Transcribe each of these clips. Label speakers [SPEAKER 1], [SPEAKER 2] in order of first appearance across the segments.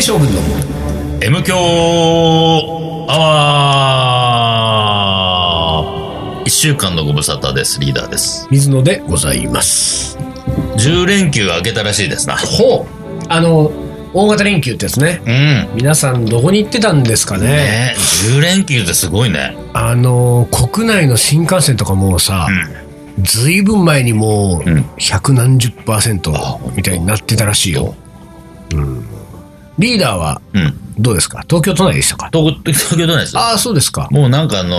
[SPEAKER 1] 将軍の
[SPEAKER 2] M 強アワー一週間のご無沙汰です。リーダーです。
[SPEAKER 1] 水野でございます。
[SPEAKER 2] 10連休明けたらしいですな。
[SPEAKER 1] ほう。あの、大型連休ってですね。
[SPEAKER 2] うん。ね
[SPEAKER 1] 皆さんどこに行ってたんですかね。
[SPEAKER 2] え、10連休ってすごいね。
[SPEAKER 1] あの、国内の新幹線とかもうさ、
[SPEAKER 2] う
[SPEAKER 1] ずいぶん前にも
[SPEAKER 2] うん
[SPEAKER 1] う、百何十パーセントみたいになってたらしいよ。うん。リーダーは
[SPEAKER 2] ん。うん。
[SPEAKER 1] どうですか東京都内でしたか
[SPEAKER 2] 東東京都内ですよ。
[SPEAKER 1] ああ、そうですか。
[SPEAKER 2] もうなんかあの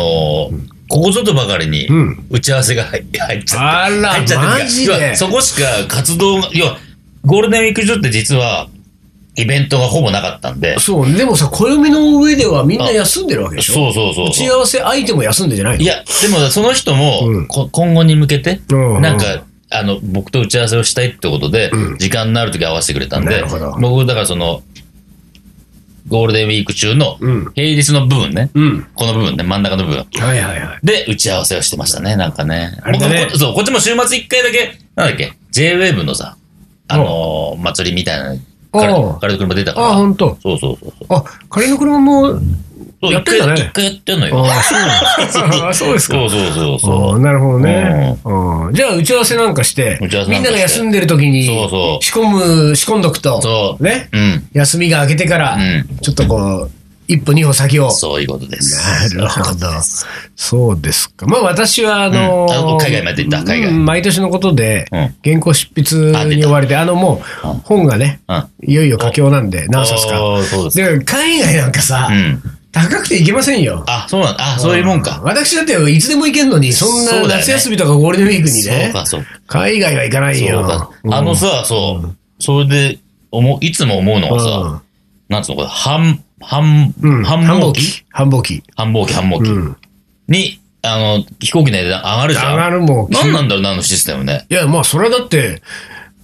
[SPEAKER 2] ーここぞとばかりに
[SPEAKER 1] うん
[SPEAKER 2] 打ち合わせが入入っちゃ
[SPEAKER 1] あ
[SPEAKER 2] って、
[SPEAKER 1] ら
[SPEAKER 2] 入っちゃってるから
[SPEAKER 1] マジで
[SPEAKER 2] 要はそこしか活動が、要は、ゴールデンウィーク中って実は、イベントがほぼなかったんで、
[SPEAKER 1] そう、でもさ、暦の上ではみんな休んでるわけでしょ
[SPEAKER 2] そうそうそうそう。
[SPEAKER 1] 打ち合わせ相手も休んでんじゃないの
[SPEAKER 2] いや、でもその人も、
[SPEAKER 1] うん
[SPEAKER 2] こ今後に向けて、
[SPEAKER 1] うんうん
[SPEAKER 2] なんか、あの、僕と打ち合わせをしたいってことで、時間のある時合わせてくれたん
[SPEAKER 1] な
[SPEAKER 2] で
[SPEAKER 1] るほど、
[SPEAKER 2] 僕、だからその、ゴールデンウィーク中の
[SPEAKER 1] うん、
[SPEAKER 2] 平日の部分ね、
[SPEAKER 1] うん。
[SPEAKER 2] この部分ね、真ん中の部分。
[SPEAKER 1] はいはいはい。
[SPEAKER 2] で、打ち合わせをしてましたね、なんかね。
[SPEAKER 1] あれだね
[SPEAKER 2] ここそう、こっちも週末一回だけ、なんだっけ、JWAVE のさ、あのー祭りみたいなの
[SPEAKER 1] お
[SPEAKER 2] 彼
[SPEAKER 1] う
[SPEAKER 2] 彼の車出たか
[SPEAKER 1] ああ、
[SPEAKER 2] ら。
[SPEAKER 1] ほんと。
[SPEAKER 2] そうそうそうそう。
[SPEAKER 1] あ、仮の車も、
[SPEAKER 2] そう
[SPEAKER 1] やってんだね
[SPEAKER 2] 一回一回やってんのよ。
[SPEAKER 1] ああ、そう なんだあそうですか。
[SPEAKER 2] そうそうそうそう。
[SPEAKER 1] ああなるほどね。うんじゃあ、打ち合わせなんかして
[SPEAKER 2] 打ち合わ、せ
[SPEAKER 1] み
[SPEAKER 2] なんん
[SPEAKER 1] な
[SPEAKER 2] かして
[SPEAKER 1] が休んでる時に
[SPEAKER 2] そうそ、う
[SPEAKER 1] 仕込む、仕込んどくと、
[SPEAKER 2] そう。
[SPEAKER 1] ね、
[SPEAKER 2] うん。
[SPEAKER 1] 休みが明けてから
[SPEAKER 2] うん、
[SPEAKER 1] ちょっとこう、一歩二歩先を。
[SPEAKER 2] そういうことです。
[SPEAKER 1] なるほど。そうですか。まあ私は、あの
[SPEAKER 2] うんあの海外まで行った海外
[SPEAKER 1] うん毎年のことで
[SPEAKER 2] うん、
[SPEAKER 1] 原稿執筆に追われて、あのもう
[SPEAKER 2] うん、
[SPEAKER 1] 本がね、
[SPEAKER 2] うん。
[SPEAKER 1] いよいよ佳境なんで、何冊か。
[SPEAKER 2] おーそうです。
[SPEAKER 1] で、海外なんかさ
[SPEAKER 2] う、ん。
[SPEAKER 1] 高くて行けませんよ。
[SPEAKER 2] あ、そうなんだ。あ、そういうもんか。
[SPEAKER 1] 私だっていつでも行けんのに、そん
[SPEAKER 2] そうだ
[SPEAKER 1] な
[SPEAKER 2] よね
[SPEAKER 1] 夏休みとかゴールデンウィークに
[SPEAKER 2] そう
[SPEAKER 1] ね、
[SPEAKER 2] か、そうか。
[SPEAKER 1] 海外は行かない
[SPEAKER 2] そう
[SPEAKER 1] よ
[SPEAKER 2] か。。
[SPEAKER 1] うん
[SPEAKER 2] あの、さ、そう。それで、思う、いつも思うの
[SPEAKER 1] う
[SPEAKER 2] は
[SPEAKER 1] ん
[SPEAKER 2] さ、なんつうの、これ、繁、繁、
[SPEAKER 1] うん、
[SPEAKER 2] 繁
[SPEAKER 1] 繁忙
[SPEAKER 2] 忙
[SPEAKER 1] 期
[SPEAKER 2] 期
[SPEAKER 1] 繁忙期。
[SPEAKER 2] 繁忙期、繁忙
[SPEAKER 1] う
[SPEAKER 2] 期。
[SPEAKER 1] ん。
[SPEAKER 2] に、あの、飛行機の値段上がるじゃん。
[SPEAKER 1] 上がるもん。
[SPEAKER 2] 何なんだろうな、あのシステムね。
[SPEAKER 1] いや、まあ、それはだって、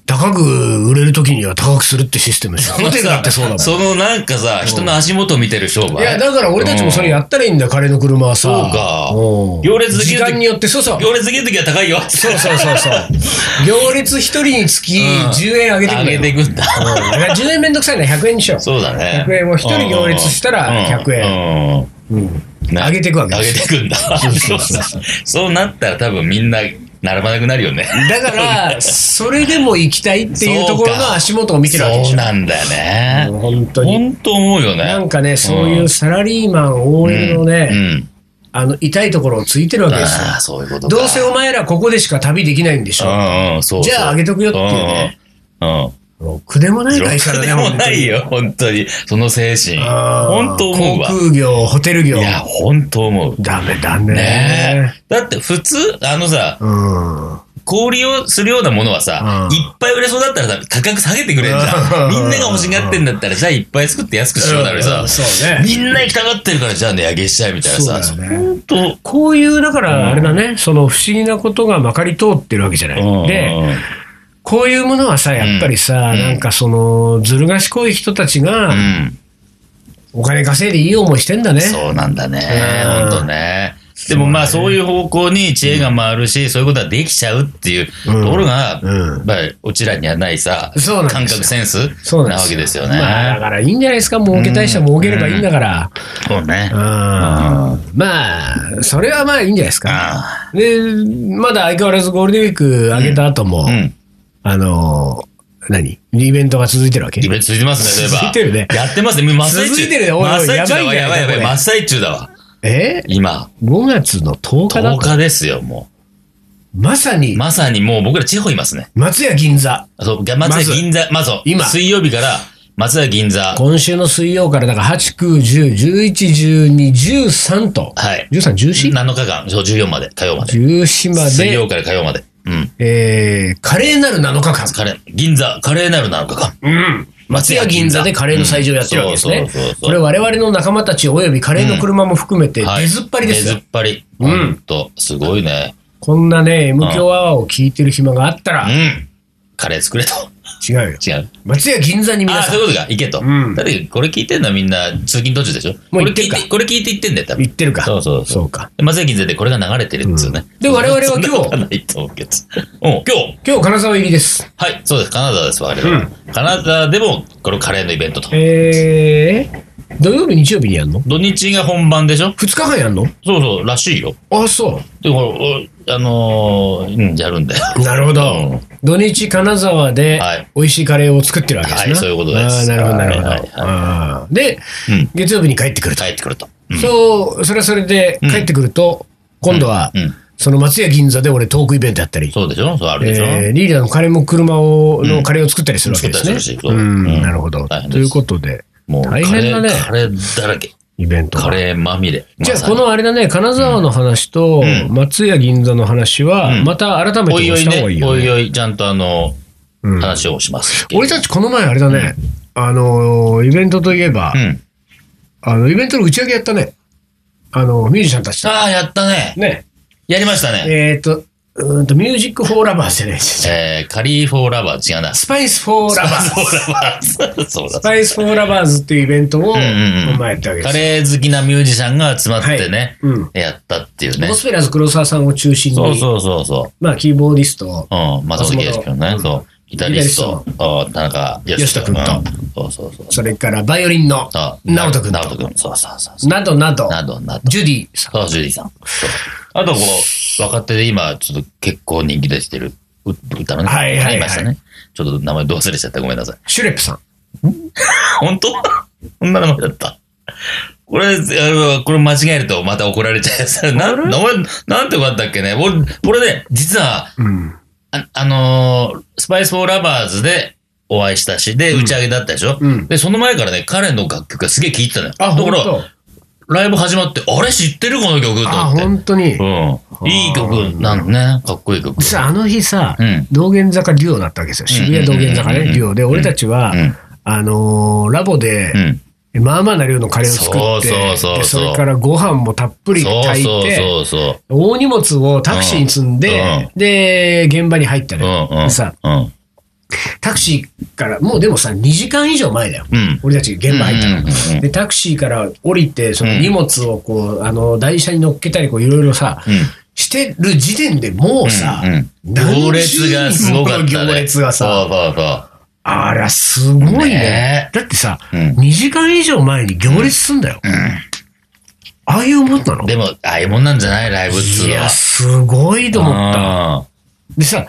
[SPEAKER 1] 高く売れる時には高くするってシステムでしょ。ホテルだってそうだもん。
[SPEAKER 2] そのなんかさ、人の足元見てる商売。
[SPEAKER 1] いや、だから俺たちもそれやったらいいんだよ、彼の車はさ。
[SPEAKER 2] そうか
[SPEAKER 1] うん
[SPEAKER 2] 行列でき
[SPEAKER 1] 時
[SPEAKER 2] る時
[SPEAKER 1] 間によって、そうそう。
[SPEAKER 2] 行列できるときは高いよ。
[SPEAKER 1] そうそうそうそう。行列一人につき
[SPEAKER 2] うん
[SPEAKER 1] 10円上げてくれ
[SPEAKER 2] 上げ
[SPEAKER 1] よ。
[SPEAKER 2] ていくんだ。
[SPEAKER 1] うんだから10円めんどくさいな、100円にしよう。
[SPEAKER 2] そうだね。
[SPEAKER 1] 100円を一人行列したら100
[SPEAKER 2] 円。うん
[SPEAKER 1] うん
[SPEAKER 2] ね
[SPEAKER 1] 上げてくわけで
[SPEAKER 2] 上げ
[SPEAKER 1] す
[SPEAKER 2] てくんだ。
[SPEAKER 1] そうそうそう
[SPEAKER 2] そうなったら多分みんな並ばなくなるよね。
[SPEAKER 1] だから、それでも行きたいっていうところの足元を見てるわけで
[SPEAKER 2] そ
[SPEAKER 1] し
[SPEAKER 2] う
[SPEAKER 1] ょ。
[SPEAKER 2] なんだよ
[SPEAKER 1] もう
[SPEAKER 2] ね。
[SPEAKER 1] 本当に。
[SPEAKER 2] 本当思うよね。
[SPEAKER 1] なんかね、そういうサラリーマン
[SPEAKER 2] う
[SPEAKER 1] OL
[SPEAKER 2] ん、
[SPEAKER 1] のね、
[SPEAKER 2] うん。
[SPEAKER 1] あの、痛いところをついてるわけですよ
[SPEAKER 2] あ。あ、そういうことか。
[SPEAKER 1] どうせお前らここでしか旅できないんでしょ。
[SPEAKER 2] うんうん、そうそう
[SPEAKER 1] じゃああげとくよっていうね。
[SPEAKER 2] うん。うん。
[SPEAKER 1] ろくでもない会社だ
[SPEAKER 2] ろく
[SPEAKER 1] ね、
[SPEAKER 2] でもないよ、
[SPEAKER 1] 本
[SPEAKER 2] 本当に。その精
[SPEAKER 1] 当
[SPEAKER 2] 神。
[SPEAKER 1] に。あー
[SPEAKER 2] 本当思うわ。
[SPEAKER 1] 航空業、ホテル業
[SPEAKER 2] い。や、本当思う。
[SPEAKER 1] ダメだね。
[SPEAKER 2] ねえ。だって普通、あのさ、
[SPEAKER 1] うん。
[SPEAKER 2] 小売りをするようなものはさ、
[SPEAKER 1] うん
[SPEAKER 2] いっぱい売れそうだったらさ、価格下げてくれんじゃ
[SPEAKER 1] うん
[SPEAKER 2] ん。みんなが欲しがってんだったら、じゃあいっぱい作って安くしようなのに
[SPEAKER 1] う
[SPEAKER 2] さ
[SPEAKER 1] ん、そうね。
[SPEAKER 2] みんな行きたがってるから、じゃあ値上げしちゃえみたいなさ、
[SPEAKER 1] そうだよね
[SPEAKER 2] 本当、
[SPEAKER 1] こういう、だか
[SPEAKER 2] うん
[SPEAKER 1] ら、あれだね、その不思議なことがまかり通ってるわけじゃない。
[SPEAKER 2] うん
[SPEAKER 1] で、こういうものはさ、やっぱりさ、
[SPEAKER 2] うん
[SPEAKER 1] なんかその、ずる賢い人たち
[SPEAKER 2] う
[SPEAKER 1] が、
[SPEAKER 2] ん、
[SPEAKER 1] お金稼いでいい思いしてんだね。
[SPEAKER 2] そうなんだね、
[SPEAKER 1] うん
[SPEAKER 2] 本当ね。でもまあそういう方向に知恵が回るし、そういうことはできちゃうっていうと
[SPEAKER 1] うん
[SPEAKER 2] ころが、
[SPEAKER 1] うん
[SPEAKER 2] まあ、うちらにはないさ、
[SPEAKER 1] そうなん
[SPEAKER 2] 感
[SPEAKER 1] ですよ
[SPEAKER 2] 覚センス
[SPEAKER 1] そうな
[SPEAKER 2] な
[SPEAKER 1] ん
[SPEAKER 2] わけですよね。
[SPEAKER 1] まあ、だからいいんじゃないですか、儲けたい人は儲ければいいんだから。
[SPEAKER 2] そうね。
[SPEAKER 1] うんまあ、それはまあいいんじゃないですか。
[SPEAKER 2] あ
[SPEAKER 1] で、まだ相変わらずゴールデンウィーク上げた後も、
[SPEAKER 2] あうん。
[SPEAKER 1] あのー、何イベントが続いてるわけ
[SPEAKER 2] イベント続いてま すね、そういえ
[SPEAKER 1] 続い
[SPEAKER 2] ば。
[SPEAKER 1] てるね
[SPEAKER 2] やってますね。真っ最中。
[SPEAKER 1] 続いてるねおいおい
[SPEAKER 2] 真っ最中だわ、
[SPEAKER 1] や
[SPEAKER 2] や
[SPEAKER 1] ば
[SPEAKER 2] ば
[SPEAKER 1] いんだ
[SPEAKER 2] いやば
[SPEAKER 1] よ
[SPEAKER 2] い。真っ最中だわ。
[SPEAKER 1] え
[SPEAKER 2] 今、
[SPEAKER 1] 5月の10日だ
[SPEAKER 2] 10
[SPEAKER 1] と
[SPEAKER 2] 日ですよ、も
[SPEAKER 1] まさに
[SPEAKER 2] う。まさにもう僕ら地方いますね。
[SPEAKER 1] 松屋銀座
[SPEAKER 2] そう、松
[SPEAKER 1] まず
[SPEAKER 2] 屋銀座、まず、
[SPEAKER 1] 今
[SPEAKER 2] 水曜日から松屋銀座。
[SPEAKER 1] 今週の水曜からだから8、9、10、11、12、13と、
[SPEAKER 2] はい。
[SPEAKER 1] 13、
[SPEAKER 2] 7
[SPEAKER 1] 14?14
[SPEAKER 2] 日間、そう14まで、火曜まで。
[SPEAKER 1] ま
[SPEAKER 2] 水
[SPEAKER 1] で、
[SPEAKER 2] 曜から火曜まで。うん。
[SPEAKER 1] えー、カレーなる7日間。
[SPEAKER 2] カレー、銀座、カレーなる7日間。
[SPEAKER 1] うん。松屋銀座でカレーの祭事をやってるわけです
[SPEAKER 2] う
[SPEAKER 1] ね
[SPEAKER 2] んそうそうそう。そう
[SPEAKER 1] これ我々の仲間たち及びカレーの車も含めて
[SPEAKER 2] はい
[SPEAKER 1] 出ずっぱりです
[SPEAKER 2] 出
[SPEAKER 1] よ
[SPEAKER 2] ずっ。ぱり。
[SPEAKER 1] う
[SPEAKER 2] うんんと、すごいね。
[SPEAKER 1] こんなね、M 響アワーを聞いてる暇があった
[SPEAKER 2] う
[SPEAKER 1] ら、
[SPEAKER 2] ん。カレー作れと。
[SPEAKER 1] 違うよ。
[SPEAKER 2] 違う。
[SPEAKER 1] 松屋銀座に
[SPEAKER 2] あ
[SPEAKER 1] 皆
[SPEAKER 2] あ、
[SPEAKER 1] さ
[SPEAKER 2] そうい
[SPEAKER 1] ん
[SPEAKER 2] うことか。行けと。
[SPEAKER 1] うん
[SPEAKER 2] だって、これ聞いてんのはみんな通勤途中でしょ。
[SPEAKER 1] もう行
[SPEAKER 2] こ
[SPEAKER 1] ってる
[SPEAKER 2] れ聞い
[SPEAKER 1] か
[SPEAKER 2] て、これ聞いて行ってんだよ、多分。
[SPEAKER 1] 行ってるか。
[SPEAKER 2] そうそうそう
[SPEAKER 1] そうか。
[SPEAKER 2] で松崎でこれが流れてるんですよ
[SPEAKER 1] う
[SPEAKER 2] ね。
[SPEAKER 1] んで我々は今日
[SPEAKER 2] そんなことはないと思うけど。うん、今日。
[SPEAKER 1] 今日、金沢入りです。
[SPEAKER 2] はい、そうです。カナダです、我々は。カナダでも、このカレーのイベントと。
[SPEAKER 1] えー、土曜日、日曜日にやんの
[SPEAKER 2] 土日が本番でしょ
[SPEAKER 1] ?2 日半やんの
[SPEAKER 2] そうそう、らしいよ。
[SPEAKER 1] あ、そ
[SPEAKER 2] で、ほら、おあのー、うん、やるんだよ。
[SPEAKER 1] う。なるほど。土日、金沢で
[SPEAKER 2] はい、
[SPEAKER 1] 美味しいカレーを作ってるわけですね。
[SPEAKER 2] はいそういうことです
[SPEAKER 1] あーなるほど、なるほど。
[SPEAKER 2] はいはいはい
[SPEAKER 1] あーで、
[SPEAKER 2] うん
[SPEAKER 1] 月曜日に帰ってくると
[SPEAKER 2] 帰。ってくると。うん
[SPEAKER 1] そう、それはそれで、
[SPEAKER 2] うん
[SPEAKER 1] 帰ってくると、今度は
[SPEAKER 2] う、ん、
[SPEAKER 1] その松屋銀座で俺、トークイベントやったり、
[SPEAKER 2] そうでしょそうあるでしょ、
[SPEAKER 1] えーリーダーのカレーも車を、
[SPEAKER 2] う
[SPEAKER 1] の
[SPEAKER 2] ん
[SPEAKER 1] カレーを作ったりするわけですね。、
[SPEAKER 2] 作ったりするしそううんうん
[SPEAKER 1] なるほど。
[SPEAKER 2] 大変です
[SPEAKER 1] ということで、
[SPEAKER 2] もうカレ
[SPEAKER 1] 大
[SPEAKER 2] ー
[SPEAKER 1] 変だね
[SPEAKER 2] カレーだらけ。
[SPEAKER 1] イベントが
[SPEAKER 2] カレーまみれ。
[SPEAKER 1] じゃあ、
[SPEAKER 2] まさに
[SPEAKER 1] このあれだね、金沢の話と
[SPEAKER 2] うん
[SPEAKER 1] 松屋銀座の話
[SPEAKER 2] う
[SPEAKER 1] は、
[SPEAKER 2] ん
[SPEAKER 1] また改め
[SPEAKER 2] おい
[SPEAKER 1] て
[SPEAKER 2] お
[SPEAKER 1] し
[SPEAKER 2] い
[SPEAKER 1] た方がいい
[SPEAKER 2] ね、
[SPEAKER 1] よ
[SPEAKER 2] おい
[SPEAKER 1] ね。
[SPEAKER 2] おい、ちゃんとあの、
[SPEAKER 1] うん
[SPEAKER 2] 話をします。
[SPEAKER 1] 俺たちこの前あれだね、あのー、イベントといえば
[SPEAKER 2] う、ん。
[SPEAKER 1] あの、イベントの打ち上げやったね。あの、ミュージシャンたちと。
[SPEAKER 2] ああ、やったね。
[SPEAKER 1] ね。
[SPEAKER 2] やりましたね。
[SPEAKER 1] えっと、うーんと、ミュージックフォーラバーズじゃ ないです。
[SPEAKER 2] えー、カリーフォーラバーズ違うな。
[SPEAKER 1] スパイスフォーラバーズ。
[SPEAKER 2] スパイスフォーラバーズ。そうだ
[SPEAKER 1] ス。パイスフォーラバーズっていうイベントを、
[SPEAKER 2] んうんうん
[SPEAKER 1] 前やったわけで
[SPEAKER 2] カ
[SPEAKER 1] す。
[SPEAKER 2] レー好きなミュージシャンが集まってね、
[SPEAKER 1] はいうん
[SPEAKER 2] やったっていうね
[SPEAKER 1] ゴ。スペラーズ黒沢さんを中心に、
[SPEAKER 2] そうそうそうそ
[SPEAKER 1] まあ、キーボーディスト、
[SPEAKER 2] う。うん、まさきですけどね。
[SPEAKER 1] うん
[SPEAKER 2] そう。ギタリスト、あー田中義人君
[SPEAKER 1] 義人
[SPEAKER 2] そうそうそう。
[SPEAKER 1] それからバイオリンの
[SPEAKER 2] あ
[SPEAKER 1] 直人君
[SPEAKER 2] 直人君。そうそうそうそう。
[SPEAKER 1] などなど、
[SPEAKER 2] などなど。
[SPEAKER 1] ジュディさん。
[SPEAKER 2] そう、ジュリーさん。そうあと、こう、若手で今、ちょっと結構人気出してるう歌のね、
[SPEAKER 1] はいはいはい
[SPEAKER 2] いましたね。ちょっと名前ど忘れしちゃった。ごめんなさい。
[SPEAKER 1] シュレップさん。
[SPEAKER 2] 本当 こんな名前だった。これ、あのこれ間違えるとまた怒られちゃうやつ。な名前、なんてよかったっけね。俺、俺ね、実は、
[SPEAKER 1] うん。
[SPEAKER 2] あ、あのースパイス・フォー・ラバーズでお会いしたし、で、打ち上げだったでしょ、
[SPEAKER 1] うん
[SPEAKER 2] で、その前からね、彼の楽曲がすげえ聴いてたのよ。
[SPEAKER 1] あ、
[SPEAKER 2] だか
[SPEAKER 1] 本
[SPEAKER 2] ら
[SPEAKER 1] 当。
[SPEAKER 2] ライブ始まって、あれ知ってるこの曲と
[SPEAKER 1] あ、
[SPEAKER 2] 思って。
[SPEAKER 1] 本当に。
[SPEAKER 2] うん。いい曲なのね。かっこいい曲。
[SPEAKER 1] 実はあの日さ
[SPEAKER 2] うん、
[SPEAKER 1] 道玄坂デュオだったわけですよ。渋谷道玄坂
[SPEAKER 2] うんうんうん
[SPEAKER 1] ね、
[SPEAKER 2] うん
[SPEAKER 1] デュオで、俺たちは
[SPEAKER 2] うん、
[SPEAKER 1] あのー、ラボ
[SPEAKER 2] う
[SPEAKER 1] で、
[SPEAKER 2] ん。
[SPEAKER 1] まあまあな量のカレーを作って
[SPEAKER 2] そうそうそうそう
[SPEAKER 1] で、それからご飯もたっぷり
[SPEAKER 2] そう
[SPEAKER 1] 炊い
[SPEAKER 2] そう
[SPEAKER 1] て、
[SPEAKER 2] そうそう。
[SPEAKER 1] 大荷物をタクシーに積んで、で、現場に入った
[SPEAKER 2] う
[SPEAKER 1] ね。
[SPEAKER 2] んうん。
[SPEAKER 1] さ
[SPEAKER 2] うん。
[SPEAKER 1] タクシーから、もうでもさ、2時間以上前だよ。
[SPEAKER 2] うん。
[SPEAKER 1] 俺たち現場入った
[SPEAKER 2] うん
[SPEAKER 1] の
[SPEAKER 2] うんうんうん
[SPEAKER 1] で、タクシーから降りて、その荷物をこう、あの、台車に乗っけたり、こう、いろいろさ、
[SPEAKER 2] うん
[SPEAKER 1] してる時点でもうさ、
[SPEAKER 2] うんうん
[SPEAKER 1] 何十
[SPEAKER 2] 行列がすごかった、ね。
[SPEAKER 1] 人もの行列がさ、
[SPEAKER 2] そうそうそう。
[SPEAKER 1] あら、すごいね。
[SPEAKER 2] ね
[SPEAKER 1] だってさ、
[SPEAKER 2] うん
[SPEAKER 1] 2時間以上前に行列すんだよ。ああいうもんなの
[SPEAKER 2] でも、ああいうもんなんじゃないライブっつう
[SPEAKER 1] い
[SPEAKER 2] のは。
[SPEAKER 1] や、すごいと思った。でさ、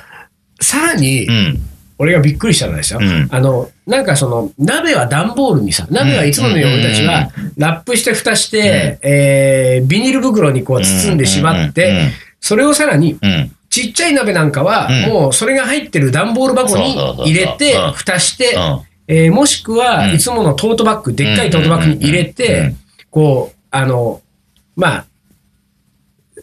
[SPEAKER 1] さらに、
[SPEAKER 2] うん。うん。
[SPEAKER 1] 俺がびっくりしたのはですよ、
[SPEAKER 2] うん
[SPEAKER 1] あの、なんかその、鍋は段ボールにさ、鍋はいつものように俺たちは、ラップして蓋して、えー、ビニール袋にこう包んで縛っ
[SPEAKER 2] うんうんうんうん
[SPEAKER 1] て、それをさらに、
[SPEAKER 2] うん。
[SPEAKER 1] ちっちゃい鍋なんかは、
[SPEAKER 2] うん
[SPEAKER 1] もうそれが入ってる段ボール箱に
[SPEAKER 2] そうそうそうそう
[SPEAKER 1] 入れて
[SPEAKER 2] うん、
[SPEAKER 1] 蓋して
[SPEAKER 2] うん、
[SPEAKER 1] えーもしくは、
[SPEAKER 2] うん
[SPEAKER 1] いつものトートバッグ、でっかいトートバッグに入れ
[SPEAKER 2] うんうんうんう
[SPEAKER 1] て
[SPEAKER 2] ん、
[SPEAKER 1] こう、あの、まあ、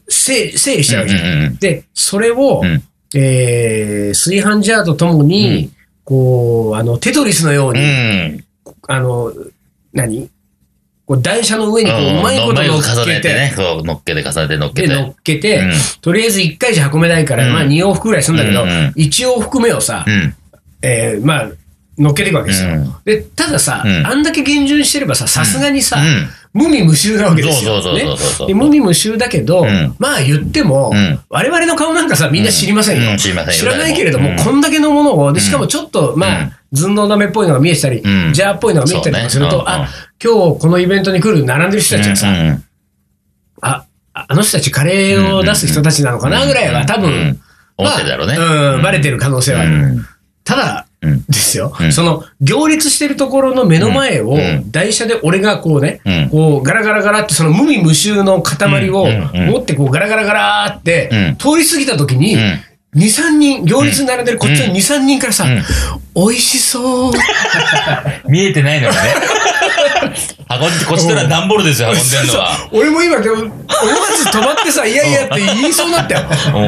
[SPEAKER 1] 整理整理しちゃうじゃん。
[SPEAKER 2] うんうんうん
[SPEAKER 1] で、それを、
[SPEAKER 2] うん
[SPEAKER 1] えー炊飯ジャーとともに、こう、あの、テトリスのよう
[SPEAKER 2] う
[SPEAKER 1] に、
[SPEAKER 2] ん。
[SPEAKER 1] あの、何こう、台車の上にこう、うまいこと乗
[SPEAKER 2] を
[SPEAKER 1] っ
[SPEAKER 2] 重
[SPEAKER 1] けて、
[SPEAKER 2] ねてね。こう、乗っけて重ねて乗っけ
[SPEAKER 1] で、
[SPEAKER 2] て。
[SPEAKER 1] 乗っけて、
[SPEAKER 2] うん
[SPEAKER 1] とりあえず1回じゃ運べないから、
[SPEAKER 2] うん
[SPEAKER 1] まあ2往復ぐらいするんだけど、
[SPEAKER 2] うんうん
[SPEAKER 1] 1往復目をさ、
[SPEAKER 2] うん。
[SPEAKER 1] えーまあ、乗っけていくわけですよ。
[SPEAKER 2] うん
[SPEAKER 1] で、たださ、
[SPEAKER 2] うん
[SPEAKER 1] あんだけ厳重にしてればさ、さすがにさ、
[SPEAKER 2] う
[SPEAKER 1] 無味無臭なわけですよ。
[SPEAKER 2] そうそうそうそうそう
[SPEAKER 1] ねで無味無臭だけど、
[SPEAKER 2] うん
[SPEAKER 1] まあ言っても、
[SPEAKER 2] うん
[SPEAKER 1] 我々の顔なんかさ、みんな知りませんよ。
[SPEAKER 2] うん知りませんよ
[SPEAKER 1] ないけれども、
[SPEAKER 2] うん
[SPEAKER 1] こんだけのものを、でしかもちょっと、まあ、
[SPEAKER 2] うん
[SPEAKER 1] 寸胴鍋っぽいのが見えてたり、
[SPEAKER 2] うん
[SPEAKER 1] ジャーっぽいのが見えてたりとかする
[SPEAKER 2] そ
[SPEAKER 1] と、
[SPEAKER 2] うねうん
[SPEAKER 1] あ、今日このイベントに来る並んでる人たちはさ、
[SPEAKER 2] うんうん
[SPEAKER 1] あ、あの人たちカレーを出す人たちなのかなぐらいは多分、
[SPEAKER 2] うん思ってるだろうね。
[SPEAKER 1] まあうん、バレてる可能性はある。
[SPEAKER 2] うん
[SPEAKER 1] ただ、
[SPEAKER 2] うん
[SPEAKER 1] ですよ、
[SPEAKER 2] うん
[SPEAKER 1] その行列してるところの目の前を、
[SPEAKER 2] うん
[SPEAKER 1] 台車で俺がこうね、
[SPEAKER 2] うん
[SPEAKER 1] こうガラガラガラってその無味無臭の塊を
[SPEAKER 2] うんうんうん
[SPEAKER 1] 持ってこうガラガラガラって、
[SPEAKER 2] うん
[SPEAKER 1] 通り過ぎた時に、
[SPEAKER 2] うん
[SPEAKER 1] 2、3人、行列に並んでるこっちの2、3人からさ、
[SPEAKER 2] うん
[SPEAKER 1] 美味しそう。
[SPEAKER 2] 見えてないのがね。運んで、こっちから段ボールですよ、運んでるのは。
[SPEAKER 1] 俺も今、でも思わず止まってさ、いやいやって言いそうになったよ。
[SPEAKER 2] う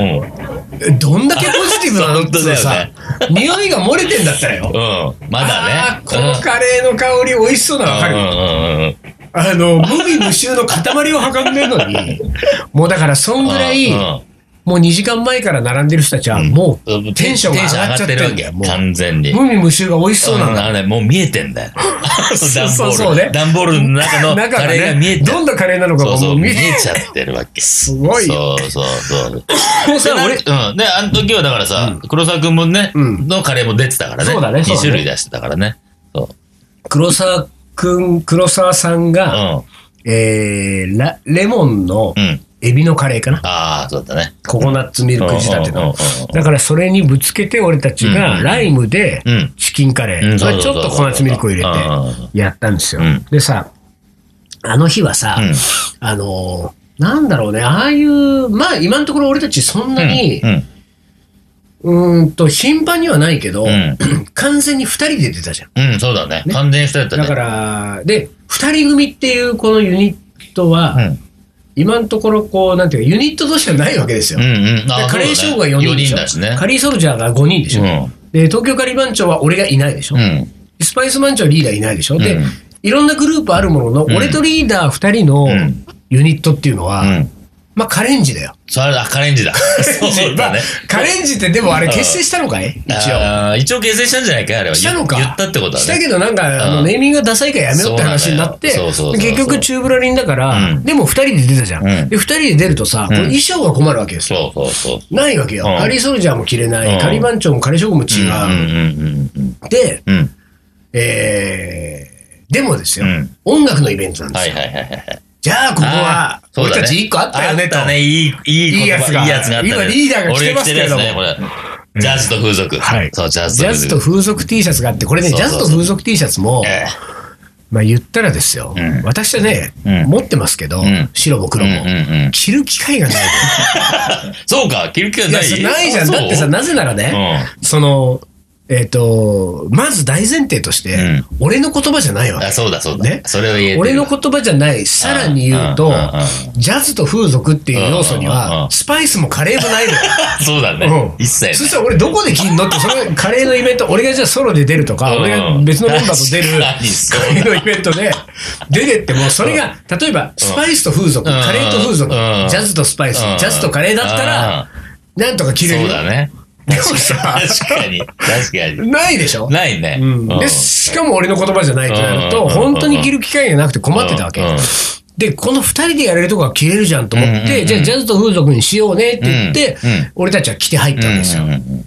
[SPEAKER 2] ん。
[SPEAKER 1] えどんだけポジティブなのっ
[SPEAKER 2] 本当
[SPEAKER 1] て
[SPEAKER 2] だよ
[SPEAKER 1] さ
[SPEAKER 2] ね、
[SPEAKER 1] 匂いが漏れてんだったらよ。
[SPEAKER 2] うん。ま
[SPEAKER 1] あ
[SPEAKER 2] だね
[SPEAKER 1] あ。ーこのカレーの香り美味しそうなの分かるよ。
[SPEAKER 2] うんうんうんうん。
[SPEAKER 1] あ の、無味無臭の塊を運んでるのに、もうだから、そんぐらい、
[SPEAKER 2] うん
[SPEAKER 1] もう2時間前から並んでる人たちは、もう、
[SPEAKER 2] うん
[SPEAKER 1] テンションが上がっちゃってる
[SPEAKER 2] テンション上がってるわけや、完全に。
[SPEAKER 1] 無味無臭が美味しそうなんの。
[SPEAKER 2] あれ、もう見えてんだよ。
[SPEAKER 1] そうそうそうね
[SPEAKER 2] 段ボール段ボールの中の
[SPEAKER 1] 中
[SPEAKER 2] カ
[SPEAKER 1] が
[SPEAKER 2] レーが見え
[SPEAKER 1] ね、
[SPEAKER 2] て
[SPEAKER 1] どんなカレーなのか
[SPEAKER 2] そ
[SPEAKER 1] が
[SPEAKER 2] うそ
[SPEAKER 1] も
[SPEAKER 2] う、
[SPEAKER 1] う見
[SPEAKER 2] 見
[SPEAKER 1] え
[SPEAKER 2] え
[SPEAKER 1] て
[SPEAKER 2] ちゃってるわけ。す
[SPEAKER 1] ごいよ
[SPEAKER 2] そうそうそう。
[SPEAKER 1] る。さ、俺、
[SPEAKER 2] うん。で、あの時はだからさ、黒沢くんもね、
[SPEAKER 1] うん
[SPEAKER 2] のカレーも出てたからね。
[SPEAKER 1] そうだねそうだね
[SPEAKER 2] 2種類出してたからね。そう。
[SPEAKER 1] 黒沢くん、黒沢さん
[SPEAKER 2] う
[SPEAKER 1] が、
[SPEAKER 2] ん。
[SPEAKER 1] えーラ、レモンの
[SPEAKER 2] うん。
[SPEAKER 1] エビのカレーかな。
[SPEAKER 2] ああ、そうだね。
[SPEAKER 1] ココナッツミルク仕立て
[SPEAKER 2] うんうんうん
[SPEAKER 1] の
[SPEAKER 2] うん。
[SPEAKER 1] だからそれにぶつけて俺たち
[SPEAKER 2] う
[SPEAKER 1] が
[SPEAKER 2] ん
[SPEAKER 1] ライムで
[SPEAKER 2] うん
[SPEAKER 1] チキンカレ
[SPEAKER 2] う
[SPEAKER 1] ー。
[SPEAKER 2] ん
[SPEAKER 1] それち
[SPEAKER 2] そう
[SPEAKER 1] ょ
[SPEAKER 2] そ
[SPEAKER 1] っ
[SPEAKER 2] う
[SPEAKER 1] と
[SPEAKER 2] そう
[SPEAKER 1] ココナッツミルクを入れ
[SPEAKER 2] うんうん
[SPEAKER 1] てやったんですよ
[SPEAKER 2] うん。
[SPEAKER 1] でさ、あの日はさ、
[SPEAKER 2] うん
[SPEAKER 1] あのー、なんだろうね、ああいう、まあ今のところ俺たちそんなに
[SPEAKER 2] う、ん。
[SPEAKER 1] うーんと頻繁にはないけど
[SPEAKER 2] う、ん。
[SPEAKER 1] 完全に2人で出たじゃん。
[SPEAKER 2] うん、そうだね。完全に人やったね。
[SPEAKER 1] だから、で、2人組っていうこのユニットは、
[SPEAKER 2] うん。
[SPEAKER 1] 今のところこう、なんていうか、ユニットとしてはないわけですよ。
[SPEAKER 2] う
[SPEAKER 1] で
[SPEAKER 2] んうん。
[SPEAKER 1] カレーショーが4人でしょ。
[SPEAKER 2] だしね。
[SPEAKER 1] カリーソルジャーが5人でしょ。で、東京カリー番長は俺がいないでしょ。
[SPEAKER 2] うん。うん。
[SPEAKER 1] スパイス番長はリーダーいないでしょ。で、
[SPEAKER 2] うん
[SPEAKER 1] いろんなグループあるものの、
[SPEAKER 2] ん
[SPEAKER 1] 俺とリーダー2人の
[SPEAKER 2] うん
[SPEAKER 1] ユニットっていうのは、
[SPEAKER 2] うん。
[SPEAKER 1] まあカレンジだよ。
[SPEAKER 2] それだ、カレン ジだ。そうだ
[SPEAKER 1] まあ
[SPEAKER 2] ね。
[SPEAKER 1] カレンジってでもあれ結成したのかい一応。
[SPEAKER 2] あー一応形成したんじゃないかあれは。
[SPEAKER 1] したのか
[SPEAKER 2] 言ったってことだね。
[SPEAKER 1] したけどなんか、あの
[SPEAKER 2] うん
[SPEAKER 1] ネーミングがダサいからやめようって話になって、
[SPEAKER 2] そうなんだよそうそうそうそう
[SPEAKER 1] 結局チューブラリンだから、
[SPEAKER 2] うん
[SPEAKER 1] でも2人で出たじゃん。
[SPEAKER 2] うん
[SPEAKER 1] で、2人で出るとさ、これ衣装が困るわけですよ。
[SPEAKER 2] そうそうそう。
[SPEAKER 1] ないわけよ。
[SPEAKER 2] うん
[SPEAKER 1] カリーソルジャーも着れない、
[SPEAKER 2] うん
[SPEAKER 1] カリー番長もカリー将軍も違う。
[SPEAKER 2] うんうんうん
[SPEAKER 1] で、
[SPEAKER 2] うん。うん。
[SPEAKER 1] えー、でもですよ、
[SPEAKER 2] うん
[SPEAKER 1] 音楽のイベントなんですよ。
[SPEAKER 2] はいはいはいはい。
[SPEAKER 1] じゃあ、ここは
[SPEAKER 2] あー、そう
[SPEAKER 1] 俺
[SPEAKER 2] だね
[SPEAKER 1] たち1個あったよねと。
[SPEAKER 2] あったね、いい、いい言
[SPEAKER 1] い
[SPEAKER 2] 葉
[SPEAKER 1] いやつが
[SPEAKER 2] いいやつがあったね。
[SPEAKER 1] 今リーダーが着てますけれども
[SPEAKER 2] 俺が着てるやつね、これ。ジャズと風俗。
[SPEAKER 1] はい
[SPEAKER 2] そう、ジャズ
[SPEAKER 1] ジ
[SPEAKER 2] と
[SPEAKER 1] ャ
[SPEAKER 2] 風
[SPEAKER 1] ズ
[SPEAKER 2] 俗。
[SPEAKER 1] と風俗 T シャツがあって、これね、
[SPEAKER 2] そうそうそう
[SPEAKER 1] ジャズと風俗 T シャツも、
[SPEAKER 2] え
[SPEAKER 1] まあ言ったらですよ、
[SPEAKER 2] うん
[SPEAKER 1] 私はね、
[SPEAKER 2] うん
[SPEAKER 1] 持ってますけど、
[SPEAKER 2] ん
[SPEAKER 1] 白も黒も、
[SPEAKER 2] うんうんうん
[SPEAKER 1] 着る機会がない。
[SPEAKER 2] え。そうか、着る気はい
[SPEAKER 1] や
[SPEAKER 2] な
[SPEAKER 1] そ
[SPEAKER 2] い。
[SPEAKER 1] ないじゃん。
[SPEAKER 2] そう
[SPEAKER 1] だってさ、なぜならね、その、えっ、と、まず大前提として、
[SPEAKER 2] うん
[SPEAKER 1] 俺の言葉じゃないわけ
[SPEAKER 2] あ、。そうだそうだ。
[SPEAKER 1] ね
[SPEAKER 2] それを言えてる
[SPEAKER 1] 俺の言葉じゃない、さらに言うと
[SPEAKER 2] うんうんうん、
[SPEAKER 1] ジャズと風俗っていう要素に
[SPEAKER 2] うんうんう
[SPEAKER 1] は、
[SPEAKER 2] ん
[SPEAKER 1] スパイスもカレーもないのよ。
[SPEAKER 2] そうだ
[SPEAKER 1] うん
[SPEAKER 2] ね。一切ね。
[SPEAKER 1] そしたら俺どこで切んのって、そのカレーのイベント、俺がじゃあソロで出るとか、
[SPEAKER 2] うんうん
[SPEAKER 1] 俺が別のメンバーと出る
[SPEAKER 2] 確かにそ
[SPEAKER 1] カ
[SPEAKER 2] うだ
[SPEAKER 1] レーのイベントで出てっても、それが、例えば、スパイスと風俗、
[SPEAKER 2] うん
[SPEAKER 1] カレーと風俗、ジ
[SPEAKER 2] うん
[SPEAKER 1] ャズとスパイス、ジ
[SPEAKER 2] うん
[SPEAKER 1] ャズとカレーだったら、なんとか切れる
[SPEAKER 2] そう
[SPEAKER 1] よ。
[SPEAKER 2] だね。
[SPEAKER 1] でもさ
[SPEAKER 2] 確かに。確かに。
[SPEAKER 1] ないでしょ
[SPEAKER 2] ないね。
[SPEAKER 1] うん
[SPEAKER 2] うん
[SPEAKER 1] で、しかも俺の言葉じゃないとなる
[SPEAKER 2] う
[SPEAKER 1] と、
[SPEAKER 2] ん
[SPEAKER 1] 本当に着る機会がなくて困ってたわけ
[SPEAKER 2] うんうん。
[SPEAKER 1] で、この二人でやれるとこは着れるじゃんと思っ
[SPEAKER 2] うんうんう
[SPEAKER 1] て、
[SPEAKER 2] ん
[SPEAKER 1] じゃあジャズと風俗にしようねって言って
[SPEAKER 2] うんうん、
[SPEAKER 1] 俺たちは着て入ったんですよ
[SPEAKER 2] うん。うん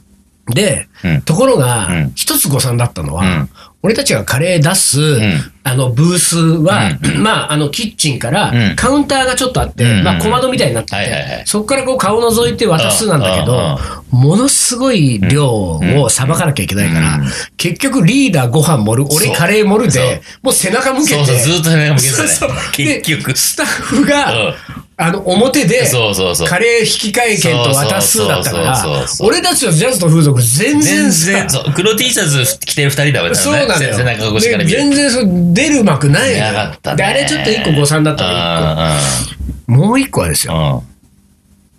[SPEAKER 1] で
[SPEAKER 2] うん、
[SPEAKER 1] ところ
[SPEAKER 2] う
[SPEAKER 1] が
[SPEAKER 2] ん、
[SPEAKER 1] 一つ誤算だったの
[SPEAKER 2] う
[SPEAKER 1] は
[SPEAKER 2] ん、
[SPEAKER 1] 俺たちがカレー出す
[SPEAKER 2] ん、
[SPEAKER 1] あの、ブースは、まあ、あの、キッチンから
[SPEAKER 2] う、ん
[SPEAKER 1] カウンターがちょっとあっ
[SPEAKER 2] うんうんう
[SPEAKER 1] て、
[SPEAKER 2] ん
[SPEAKER 1] まあ、小窓みたいになって
[SPEAKER 2] はいはいは
[SPEAKER 1] て
[SPEAKER 2] い、
[SPEAKER 1] そこからこう顔覗いて渡すなんだけ
[SPEAKER 2] う
[SPEAKER 1] ど
[SPEAKER 2] んうん、
[SPEAKER 1] ものすごい量をさばかなきゃいけないから
[SPEAKER 2] うん、
[SPEAKER 1] 結局リーダーご飯盛る、
[SPEAKER 2] そ
[SPEAKER 1] 俺
[SPEAKER 2] う
[SPEAKER 1] カレー盛る
[SPEAKER 2] そ
[SPEAKER 1] で
[SPEAKER 2] う、
[SPEAKER 1] もう背中向け
[SPEAKER 2] そ
[SPEAKER 1] て、
[SPEAKER 2] うそう、ずっとね、向けて
[SPEAKER 1] そうそう
[SPEAKER 2] たね。
[SPEAKER 1] で
[SPEAKER 2] 結局。
[SPEAKER 1] スタッフ
[SPEAKER 2] う
[SPEAKER 1] が
[SPEAKER 2] ん、
[SPEAKER 1] あの、表で、
[SPEAKER 2] そうそうそう。
[SPEAKER 1] カレー引換券と渡すだったから
[SPEAKER 2] そうそうそうそ、う
[SPEAKER 1] 俺たちのジャズと風俗全
[SPEAKER 2] 全
[SPEAKER 1] 然
[SPEAKER 2] 然、
[SPEAKER 1] さ、
[SPEAKER 2] そう。黒 T シャツ着てる二人だわね。
[SPEAKER 1] そうなの
[SPEAKER 2] 背
[SPEAKER 1] よ。
[SPEAKER 2] 背中越しか
[SPEAKER 1] で
[SPEAKER 2] ら見る。
[SPEAKER 1] 全然そう出る幕ないのよ
[SPEAKER 2] なかったね。
[SPEAKER 1] であれちょっと一個誤算だったの一個もう一個はですよ。
[SPEAKER 2] うんうんうん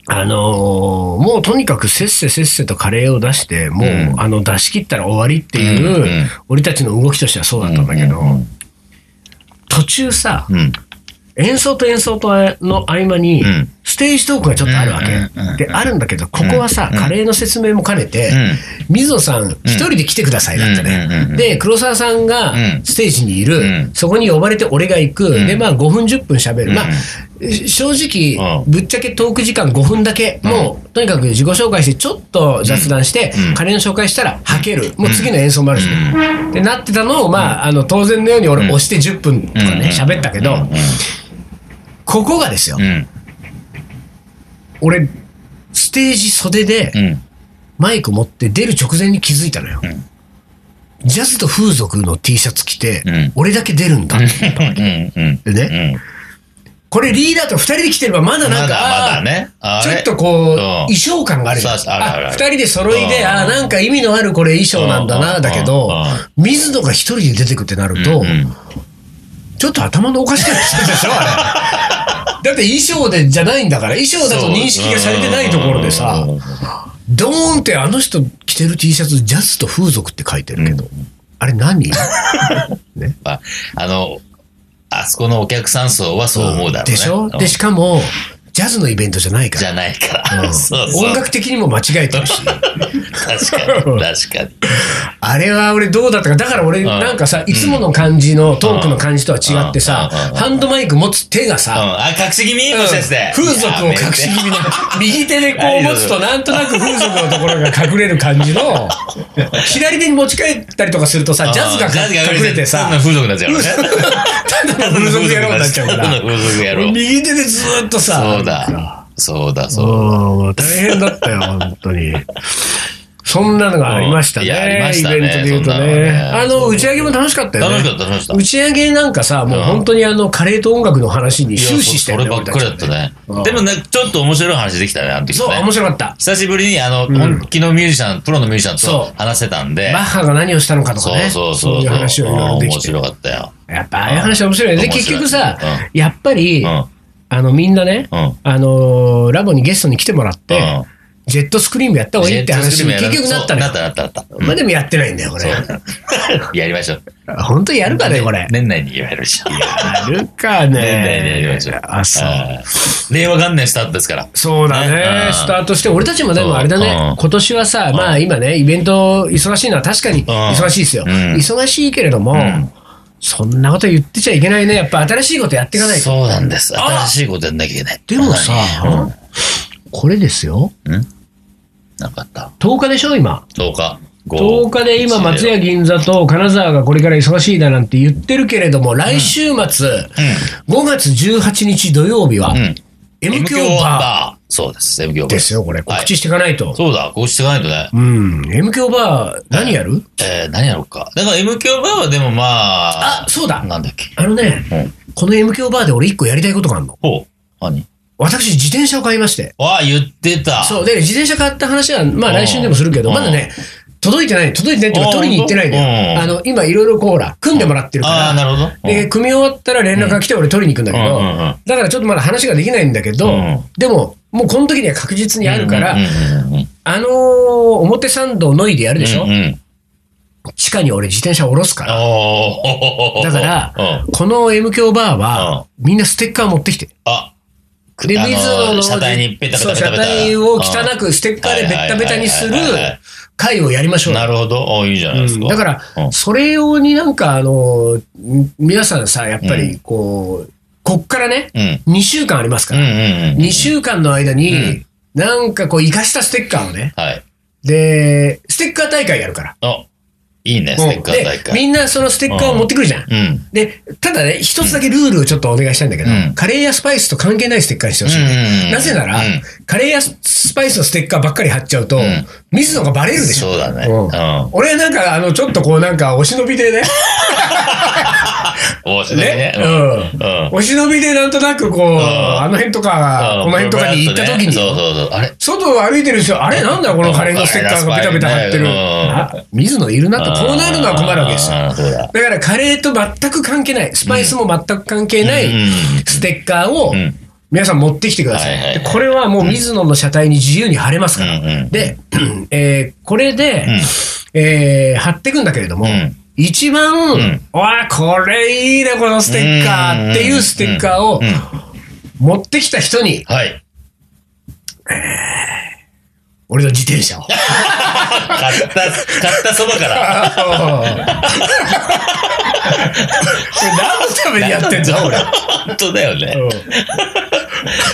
[SPEAKER 1] あのーもうとにかくせっせせっせとカレーを出して、もう、
[SPEAKER 2] うん
[SPEAKER 1] あの出し切ったら終わりっていう、
[SPEAKER 2] うんうん
[SPEAKER 1] 俺たちの動きとしてはそうだったんだけど、
[SPEAKER 2] うんうんう
[SPEAKER 1] 途中さ、
[SPEAKER 2] うん。
[SPEAKER 1] 演奏と演奏との合間に
[SPEAKER 2] うん、
[SPEAKER 1] ステージトークがちょっとあるわけ。
[SPEAKER 2] うんうんうんうん
[SPEAKER 1] で、あるんだけど、ここはさ、
[SPEAKER 2] うん
[SPEAKER 1] カレーの説明も兼ねて、水野さん一人で来てくださいだった
[SPEAKER 2] うんうんうんう
[SPEAKER 1] ね。
[SPEAKER 2] ん
[SPEAKER 1] で、黒沢さんが
[SPEAKER 2] うん
[SPEAKER 1] ステージにいうる
[SPEAKER 2] ん、
[SPEAKER 1] そこに呼ばれて俺が行く。
[SPEAKER 2] ん
[SPEAKER 1] で、まあ5分10分喋る。まあ
[SPEAKER 2] うん、
[SPEAKER 1] 正直
[SPEAKER 2] う、ん
[SPEAKER 1] ぶっちゃけトーク時間5分だけ、もう、とにかく自己紹介して、ちょっと雑談して
[SPEAKER 2] うん、
[SPEAKER 1] カレーの紹介したら吐ける。もう次の演奏もあるし。ってなってたのを、まあ、あの、当然のように俺押して10分とかね、喋ったけど、ここがですよ
[SPEAKER 2] う、ん。
[SPEAKER 1] 俺、ステージ袖で
[SPEAKER 2] うん。
[SPEAKER 1] マイク持って出る直前に気づいたのよ。ジャズと風俗の T シャツ着て、
[SPEAKER 2] うん
[SPEAKER 1] 俺だけ出るんだって
[SPEAKER 2] うん。うん。
[SPEAKER 1] でね、これリーダーと二人で着てればまだなんか、
[SPEAKER 2] まだまだね。
[SPEAKER 1] あ
[SPEAKER 2] あ
[SPEAKER 1] ーちょ
[SPEAKER 2] れ
[SPEAKER 1] っとこう、
[SPEAKER 2] うん
[SPEAKER 1] 衣装感があるじゃん。
[SPEAKER 2] そうそうあるある
[SPEAKER 1] 二人で揃いで、
[SPEAKER 2] うん
[SPEAKER 1] あーなんか意味のあるこれ衣装なんだ
[SPEAKER 2] うんう
[SPEAKER 1] な、
[SPEAKER 2] ん
[SPEAKER 1] だけど
[SPEAKER 2] う、
[SPEAKER 1] 水野が一人で出てくってなると、
[SPEAKER 2] うん
[SPEAKER 1] ちょっと頭のおかしくなっちゃうでしょ、 あれ。だって衣装でじゃないんだから、衣装だと認識がされてないところでさ
[SPEAKER 2] うんうんうん、
[SPEAKER 1] ドーンってあの人着てる T シャツ、ジャズと風俗って書いてるけど、あれ何
[SPEAKER 2] まああの、あそこのお客さん層はそう思うだろうね。
[SPEAKER 1] でしょ
[SPEAKER 2] うん
[SPEAKER 1] で、しかも、ジャズのイベントじゃないか
[SPEAKER 2] じ
[SPEAKER 1] ら。
[SPEAKER 2] ゃないから。
[SPEAKER 1] うん
[SPEAKER 2] そうそう。
[SPEAKER 1] 音楽的にも間違えてるし。
[SPEAKER 2] 確かに。確かに。
[SPEAKER 1] あれは俺どうだったか。だから俺なんかさ、いつもの感じのトークの感じとは違ってさ
[SPEAKER 2] う、ん
[SPEAKER 1] ハンドマイク持つ手が
[SPEAKER 2] うん、
[SPEAKER 1] さ、
[SPEAKER 2] あ、隠し気味もしかして。
[SPEAKER 1] 風俗を隠し気味な、右手でこう持つとなんとなく風俗のところが隠れる感じ の、左手に持ち帰ったりとかするとさ、ジャズが隠れてさ、
[SPEAKER 2] ただの風俗になっちゃ うからね。
[SPEAKER 1] た だの風俗野郎になっちゃうか
[SPEAKER 2] ただの
[SPEAKER 1] ら、
[SPEAKER 2] 風俗野郎。
[SPEAKER 1] 右手でずーっとさ、
[SPEAKER 2] そうだ。そうだ、そうだ。
[SPEAKER 1] うん、大変だったよ、本当に。そんなのがありましたね。
[SPEAKER 2] いやありましたね
[SPEAKER 1] イベントで言うと
[SPEAKER 2] そんなの
[SPEAKER 1] ね。
[SPEAKER 2] ね
[SPEAKER 1] あの、打ち上げも楽しかったよね。
[SPEAKER 2] 楽しかった楽しかった
[SPEAKER 1] 打ち上げなんかさ、もう本当にあの、カレーと音楽の話に
[SPEAKER 2] いや
[SPEAKER 1] 終始して
[SPEAKER 2] そればっかりだったね。でもね、ちょっと面白い話できたね、あの時ね。
[SPEAKER 1] そう、面白かった。
[SPEAKER 2] 久しぶりに、あの、
[SPEAKER 1] ん
[SPEAKER 2] 本気のミュージシャン、プロのミュージシャン
[SPEAKER 1] そ
[SPEAKER 2] と話せたんで
[SPEAKER 1] バッ。ハが何をしたのかとか
[SPEAKER 2] そう
[SPEAKER 1] ね。
[SPEAKER 2] そうそう。
[SPEAKER 1] いう話をいろいろできて
[SPEAKER 2] うん面白。かったよ。
[SPEAKER 1] やっぱ、ああいう話は面白いよね。で、
[SPEAKER 2] 面白い
[SPEAKER 1] 結局さ
[SPEAKER 2] うん、
[SPEAKER 1] やっぱり
[SPEAKER 2] う、ん。
[SPEAKER 1] あの、みんなね、
[SPEAKER 2] うん
[SPEAKER 1] あのー、ラボにゲストに来てもらって
[SPEAKER 2] うん、
[SPEAKER 1] ジェットスクリームやった方がいいって話に結局なったの
[SPEAKER 2] な
[SPEAKER 1] よ
[SPEAKER 2] っ。たなったなった。うん
[SPEAKER 1] まあでもやってないんだよ、これ。
[SPEAKER 2] そうやりましょう。
[SPEAKER 1] 本当にやるかね、これ。
[SPEAKER 2] 年内にやりましょう。
[SPEAKER 1] やるか
[SPEAKER 2] 年内にやり
[SPEAKER 1] ね
[SPEAKER 2] ましょう。。
[SPEAKER 1] あ、そう。
[SPEAKER 2] う。令和元年スタートですから。
[SPEAKER 1] そうだ
[SPEAKER 2] ね
[SPEAKER 1] ね
[SPEAKER 2] う。ん
[SPEAKER 1] スタートして、俺たちもで
[SPEAKER 2] そう
[SPEAKER 1] もあれだ
[SPEAKER 2] う
[SPEAKER 1] ね
[SPEAKER 2] ん。
[SPEAKER 1] 今年はさ、まあ今ね、イベント忙しいのは確かに忙しいですよ。
[SPEAKER 2] うん
[SPEAKER 1] 忙しいけれども、
[SPEAKER 2] ん
[SPEAKER 1] そんなこと言ってちゃいけないね。やっぱ新しいことやっていかないと。
[SPEAKER 2] そうなんです。
[SPEAKER 1] あ
[SPEAKER 2] 新しいことやんなきゃいけない。
[SPEAKER 1] でもさ
[SPEAKER 2] うん、
[SPEAKER 1] これですよ。
[SPEAKER 2] なかった。
[SPEAKER 1] 10日でしょ、今。
[SPEAKER 2] 10日。
[SPEAKER 1] 10日で今、松屋銀座と金沢がこれから忙しいだなんて言ってるけれども、来週末、5月18日土曜日は
[SPEAKER 2] う、ん。
[SPEAKER 1] M 強バ
[SPEAKER 2] バー。そうです。M 響
[SPEAKER 1] ー
[SPEAKER 2] バー。
[SPEAKER 1] ですよ、これ。
[SPEAKER 2] はい
[SPEAKER 1] 告知していかないと。
[SPEAKER 2] そうだ、こうしていかないとね。
[SPEAKER 1] うん。M 響バー、何やる、
[SPEAKER 2] えー、何やろうか。だから M 響バーはでもまあ、
[SPEAKER 1] あ、そうだ
[SPEAKER 2] なんだっけ。
[SPEAKER 1] あのね、
[SPEAKER 2] うん。
[SPEAKER 1] この M 響バーで俺一個やりたいことがあるの。
[SPEAKER 2] ほう。何
[SPEAKER 1] 私、自転車を買いまして。
[SPEAKER 2] ああ、言ってた。
[SPEAKER 1] そう。で、自転車買った話は、まあ
[SPEAKER 2] うん
[SPEAKER 1] 来週でもするけど、
[SPEAKER 2] うん
[SPEAKER 1] まだね、届いてない。届いてないっていうか、
[SPEAKER 2] あ
[SPEAKER 1] 取りに行ってないんだ
[SPEAKER 2] 本
[SPEAKER 1] よ。
[SPEAKER 2] 当
[SPEAKER 1] あの、今いろいろこうほら、組んでもらってる
[SPEAKER 2] あ
[SPEAKER 1] か
[SPEAKER 2] あ、なるほど。
[SPEAKER 1] ら。で、組み終わったら連絡が来て俺取りに行くんだけど
[SPEAKER 2] うんうんうんうん、
[SPEAKER 1] だからちょっとまだ話ができないんだけど
[SPEAKER 2] うん、
[SPEAKER 1] でも、もうこの時には確実にあるか
[SPEAKER 2] うん
[SPEAKER 1] ら、
[SPEAKER 2] うんうんうん
[SPEAKER 1] あのー、表参道のいでやるでしょ
[SPEAKER 2] うんうん
[SPEAKER 1] 地下に俺自転車降ろすから。
[SPEAKER 2] おー
[SPEAKER 1] だから
[SPEAKER 2] うん、
[SPEAKER 1] この M 響バーは、みんなステッカー持ってきて。
[SPEAKER 2] あ、
[SPEAKER 1] で、
[SPEAKER 2] あの
[SPEAKER 1] 水野の
[SPEAKER 2] 車体にペタペタペタペタ
[SPEAKER 1] そう車体を汚くステッカーでベッタベタにする回をやりましょうよ。
[SPEAKER 2] なるほど。おいいじゃないです
[SPEAKER 1] う
[SPEAKER 2] か。
[SPEAKER 1] んだから
[SPEAKER 2] う、ん
[SPEAKER 1] それ用になんか、あの、ん皆さんさ、やっぱり、こう、こっからね、
[SPEAKER 2] うん。
[SPEAKER 1] 2週間ありますか
[SPEAKER 2] うんう
[SPEAKER 1] ら、
[SPEAKER 2] んうん。
[SPEAKER 1] 2週間の間
[SPEAKER 2] う
[SPEAKER 1] に
[SPEAKER 2] ん、
[SPEAKER 1] なんかこう、生かしたステッカーをね、
[SPEAKER 2] はい。
[SPEAKER 1] で、ステッカー大会やるから。
[SPEAKER 2] あ、いいね、ステッカー大
[SPEAKER 1] うんで、み
[SPEAKER 2] 会。
[SPEAKER 1] んなそのステッカーを持ってくるじゃん。
[SPEAKER 2] うん。
[SPEAKER 1] で、ただね、一つだけルールをちょっとお願いしたいんだけど、
[SPEAKER 2] うん
[SPEAKER 1] カレーやスパイスと関係ないステッカーにしてほしい。
[SPEAKER 2] うん
[SPEAKER 1] なぜなら、
[SPEAKER 2] うん
[SPEAKER 1] カレーやスパイスのステッカーばっかり貼っちゃうと、
[SPEAKER 2] ん
[SPEAKER 1] 水野がバレるでしょ。
[SPEAKER 2] そうだね。
[SPEAKER 1] うん
[SPEAKER 2] うん。
[SPEAKER 1] 俺なんか、あの、ちょっとこうなんか、お忍びでね、
[SPEAKER 2] 面白い
[SPEAKER 1] ね
[SPEAKER 2] ね。、
[SPEAKER 1] うん。
[SPEAKER 2] うん。
[SPEAKER 1] お忍びでなんとなくこう、あの辺とか、この辺とかに行った時に、
[SPEAKER 2] そうそうそう。あれ
[SPEAKER 1] 外を歩いてる人、あれなんだこのカレーのステッカーがベタベタ貼ってる。
[SPEAKER 2] うん
[SPEAKER 1] あ水野いるなと、こうなるのは困るわけですよ。
[SPEAKER 2] あーそう
[SPEAKER 1] だ
[SPEAKER 2] だ。
[SPEAKER 1] からカレーと全く関係ない、スパイスも全く関係ない
[SPEAKER 2] うん
[SPEAKER 1] ステッカーを
[SPEAKER 2] ん
[SPEAKER 1] 皆さん持ってきてくださ
[SPEAKER 2] はいはい
[SPEAKER 1] い。
[SPEAKER 2] はい
[SPEAKER 1] でこれはもう水野の車体に自由に貼れますから。
[SPEAKER 2] うんうん
[SPEAKER 1] で、えーこれで、
[SPEAKER 2] ん
[SPEAKER 1] えー貼っていくんだけれども、
[SPEAKER 2] うん
[SPEAKER 1] 一番、
[SPEAKER 2] ん
[SPEAKER 1] わあ、これいいね、このステッカーっていうステッカーを
[SPEAKER 2] うんうん
[SPEAKER 1] 持ってきた人に、
[SPEAKER 2] はい。
[SPEAKER 1] 俺の自転車を。
[SPEAKER 2] 買った、買ったそばから。
[SPEAKER 1] これ何のためにやってんだ、俺。
[SPEAKER 2] 本当だよね。
[SPEAKER 1] うん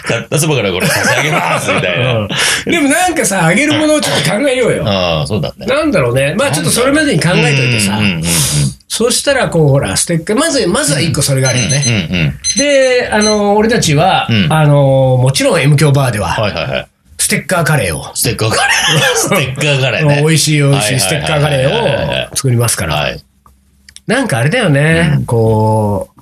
[SPEAKER 2] 買ったそばからこれ差し上げます、みたいな。
[SPEAKER 1] うんでもなんかさ、あげるものをちょっと考えようよ。
[SPEAKER 2] ああ、そうだね。
[SPEAKER 1] なんだろうね。まあちょっとそれまでに考えといてさ
[SPEAKER 2] うん。うんうん
[SPEAKER 1] そうしたら、こう、ほら、ステッカー。まず、まずは一個それがあるよね。
[SPEAKER 2] うんうん。
[SPEAKER 1] で、あの、俺たちは、
[SPEAKER 2] うん
[SPEAKER 1] あの、もちろん M 響バーでは、
[SPEAKER 2] はいはいはい。
[SPEAKER 1] ステッカーカレーを、
[SPEAKER 2] ステッカ ーカレー。ステッカーカレーね。
[SPEAKER 1] 美味しい美味し
[SPEAKER 2] はいい
[SPEAKER 1] ステッカーカレ
[SPEAKER 2] はいはいはい
[SPEAKER 1] ーを作りますから。
[SPEAKER 2] はい。
[SPEAKER 1] なんかあれだよね、こう、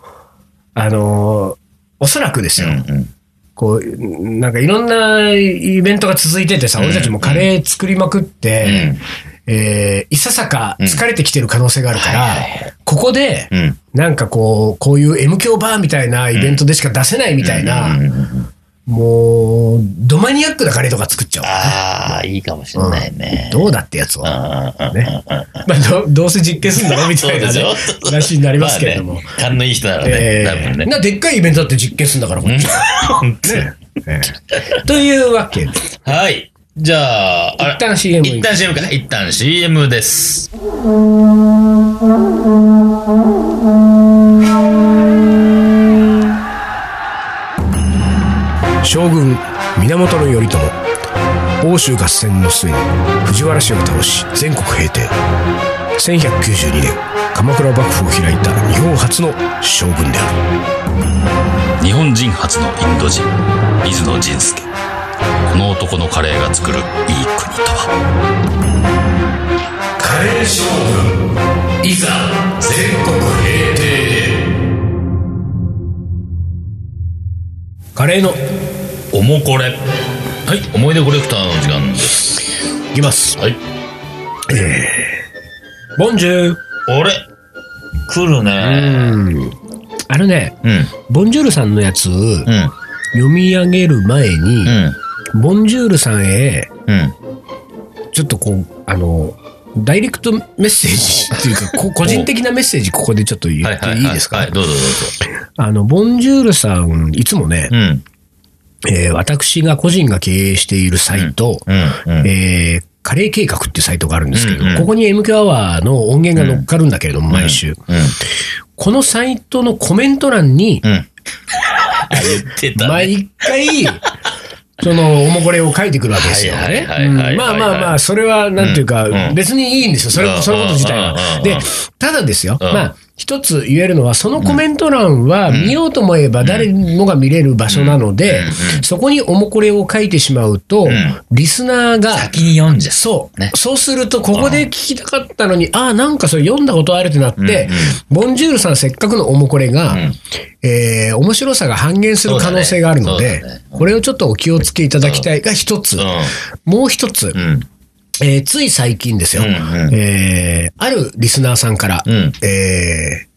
[SPEAKER 1] あの、おそらくですよ。
[SPEAKER 2] うんうん
[SPEAKER 1] こう、なんかいろんなイベントが続いててさ、俺たちもカレー作りまくって、えーいささか疲れてきてる可能性があるから、
[SPEAKER 2] はいはい
[SPEAKER 1] ここで、
[SPEAKER 2] うん。
[SPEAKER 1] なんかこう、こういう M 響バーみたいなイベントでしか出せないみたいな、もう、ドマニアックなカレーとか作っちゃおう。
[SPEAKER 2] ああ、いいかもしれないね。
[SPEAKER 1] どうだってやつを。
[SPEAKER 2] うんうんうん
[SPEAKER 1] ね。まあ、どどうせ実験するんだろみた
[SPEAKER 2] そう
[SPEAKER 1] いな
[SPEAKER 2] で
[SPEAKER 1] ね
[SPEAKER 2] しょ
[SPEAKER 1] 話になりますけれども。
[SPEAKER 2] まあね勘のいい人なら
[SPEAKER 1] え
[SPEAKER 2] ね、
[SPEAKER 1] ー
[SPEAKER 2] 多分ね。
[SPEAKER 1] なでっかいイベントだって実験するんだから、こっちは
[SPEAKER 2] 本当に
[SPEAKER 1] ねええというわけで、
[SPEAKER 2] はい。じゃあ、あら
[SPEAKER 1] 一旦 CM
[SPEAKER 2] 一旦 CM か。一旦 CM です。
[SPEAKER 1] 将軍源頼朝欧州合戦の末に藤原氏を倒し全国平定1192年鎌倉幕府を開いた日本初の将軍である
[SPEAKER 3] 日本人初のインド人水野仁介この男のカレーが作るいい国とは
[SPEAKER 2] カレー将軍、いざ、全国平定
[SPEAKER 1] カレーの
[SPEAKER 2] おもこれ。はい、思い出コレクターの時間です。
[SPEAKER 1] いきます
[SPEAKER 2] はい。
[SPEAKER 1] ボンジュー
[SPEAKER 2] あれ来るね。
[SPEAKER 1] うんあのね
[SPEAKER 2] うん。
[SPEAKER 1] ボンジュールさんのやつ、
[SPEAKER 2] うん。
[SPEAKER 1] 読み上げる前に
[SPEAKER 2] う、ん。
[SPEAKER 1] ボンジュールさんへ
[SPEAKER 2] うん。
[SPEAKER 1] ちょっとこうあのダイレクトメッセージっていう かこ個人的なメッセージここでちょっと言っていいですか、
[SPEAKER 2] はい、どうぞどうぞ。
[SPEAKER 1] あの、ボンジュールさん、いつもね、
[SPEAKER 2] うん。
[SPEAKER 1] えー私が個人が経営しているサイト、
[SPEAKER 2] うん。うん。
[SPEAKER 1] えーカレー計画っていうサイトがあるんですけど、
[SPEAKER 2] うんうん
[SPEAKER 1] ここに MQ アワーの音源が乗っかるんだけれども、毎週、
[SPEAKER 2] う
[SPEAKER 1] このサイトのコメント欄に、
[SPEAKER 2] ん。うん。あ、言ってた。
[SPEAKER 1] 毎回、その、おもこれを書いてくるわけですよ
[SPEAKER 2] はい
[SPEAKER 1] ね。
[SPEAKER 2] はいはいはい
[SPEAKER 1] うんまあまあま
[SPEAKER 2] は
[SPEAKER 1] あ、
[SPEAKER 2] い
[SPEAKER 1] それは、なんていうか
[SPEAKER 2] うんう、ん
[SPEAKER 1] 別にいいんですよ。それ
[SPEAKER 2] う、ん
[SPEAKER 1] そのこと自体は
[SPEAKER 2] うんうんうんう。ん
[SPEAKER 1] で、ただですよ。
[SPEAKER 2] うん
[SPEAKER 1] まあ、一つ言えるのは、そのコメント欄は、見ようと思えば誰もが見れる場所なので、そこにおもこれを書いてしまうと
[SPEAKER 2] ん、
[SPEAKER 1] リスナーが、
[SPEAKER 2] 先に読んじゃう。
[SPEAKER 1] そう、
[SPEAKER 2] ね
[SPEAKER 1] そうすると、ここで聞きたかったのに、ああ、なんかそれ読んだことあるってなって、
[SPEAKER 2] んうん
[SPEAKER 1] ボンジュールさんせっかくのおもこれが、
[SPEAKER 2] ん
[SPEAKER 1] えー面白さが半減する可能性があるの
[SPEAKER 2] そう
[SPEAKER 1] で、
[SPEAKER 2] だねそうだね
[SPEAKER 1] これをちょっとお気をつけいただきたいが一つ、もう一つ、
[SPEAKER 2] うん。うん。
[SPEAKER 1] えーつい最近ですよ、
[SPEAKER 2] うんうん
[SPEAKER 1] えーあるリスナーさんから、
[SPEAKER 2] うん
[SPEAKER 1] えー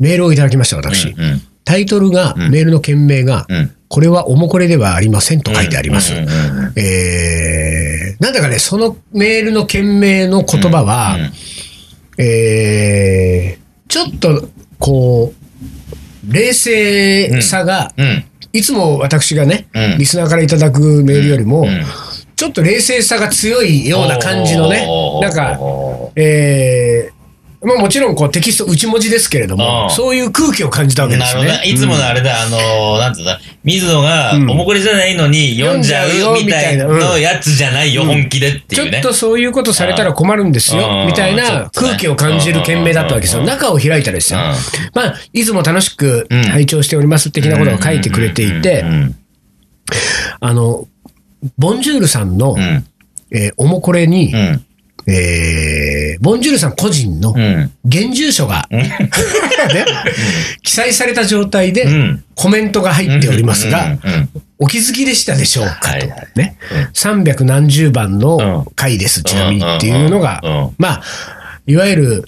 [SPEAKER 1] メールをいただきました、私。
[SPEAKER 2] うん。
[SPEAKER 1] タイトルが、メールの件名が、
[SPEAKER 2] うん
[SPEAKER 1] これはおもこれではありませんと書いてあります。
[SPEAKER 2] うんうんうん
[SPEAKER 1] えーなんだかね、そのメールの件名の言葉は、
[SPEAKER 2] うんうん
[SPEAKER 1] えーちょっと、こう、冷静さが、
[SPEAKER 2] うん。
[SPEAKER 1] いつも私がね、
[SPEAKER 2] うん
[SPEAKER 1] リスナーからいただくメールよりも、
[SPEAKER 2] うん
[SPEAKER 1] ちょっと冷静さが強いような感じのね
[SPEAKER 2] お、ー
[SPEAKER 1] なんか、えーまあもちろんこうテキスト内文字ですけれど
[SPEAKER 2] あ
[SPEAKER 1] も、
[SPEAKER 2] ー
[SPEAKER 1] そういう空気を感じたわけで
[SPEAKER 2] な
[SPEAKER 1] す
[SPEAKER 2] る
[SPEAKER 1] ね。
[SPEAKER 2] ほどね。いつものあれだ、あのー、なんつうんだ、水野が、
[SPEAKER 1] うん
[SPEAKER 2] おもこりじゃないのに読んじゃうよ、
[SPEAKER 1] 読ん
[SPEAKER 2] み
[SPEAKER 1] じゃ
[SPEAKER 2] た
[SPEAKER 1] うよ
[SPEAKER 2] いな
[SPEAKER 1] みたいなうん
[SPEAKER 2] のやつじゃないよ、本気でって
[SPEAKER 1] ち
[SPEAKER 2] い
[SPEAKER 1] ょ
[SPEAKER 2] うね。
[SPEAKER 1] っとそういうことされたら困るんです
[SPEAKER 2] うん
[SPEAKER 1] よ
[SPEAKER 2] う、ん
[SPEAKER 1] みたい
[SPEAKER 2] ちょ
[SPEAKER 1] な
[SPEAKER 2] っとね
[SPEAKER 1] 空気を感じる件名だったわけですよ。
[SPEAKER 2] うん
[SPEAKER 1] 中を開いたらですよ
[SPEAKER 2] うん。
[SPEAKER 1] まあ、いつも楽しく
[SPEAKER 2] うん
[SPEAKER 1] 拝聴しております的なことが書いてくれていて
[SPEAKER 2] うん、うん
[SPEAKER 1] あの、ボンジュールさんの、
[SPEAKER 2] うん
[SPEAKER 1] えーおもこれに
[SPEAKER 2] う、ん。
[SPEAKER 1] えーボンジュールさん個人の
[SPEAKER 2] うん。
[SPEAKER 1] 現住所が、 ね記載された状態
[SPEAKER 2] う
[SPEAKER 1] で
[SPEAKER 2] ん。
[SPEAKER 1] コメントが入っておりますが、
[SPEAKER 2] うん、うん
[SPEAKER 1] お気づきでしたでしょうか
[SPEAKER 2] はい
[SPEAKER 1] と
[SPEAKER 2] はい。
[SPEAKER 1] ね。300何十番の
[SPEAKER 2] うん
[SPEAKER 1] 回です、ちなみにっていうのが
[SPEAKER 2] うんうんうん、
[SPEAKER 1] まあ、いわゆる、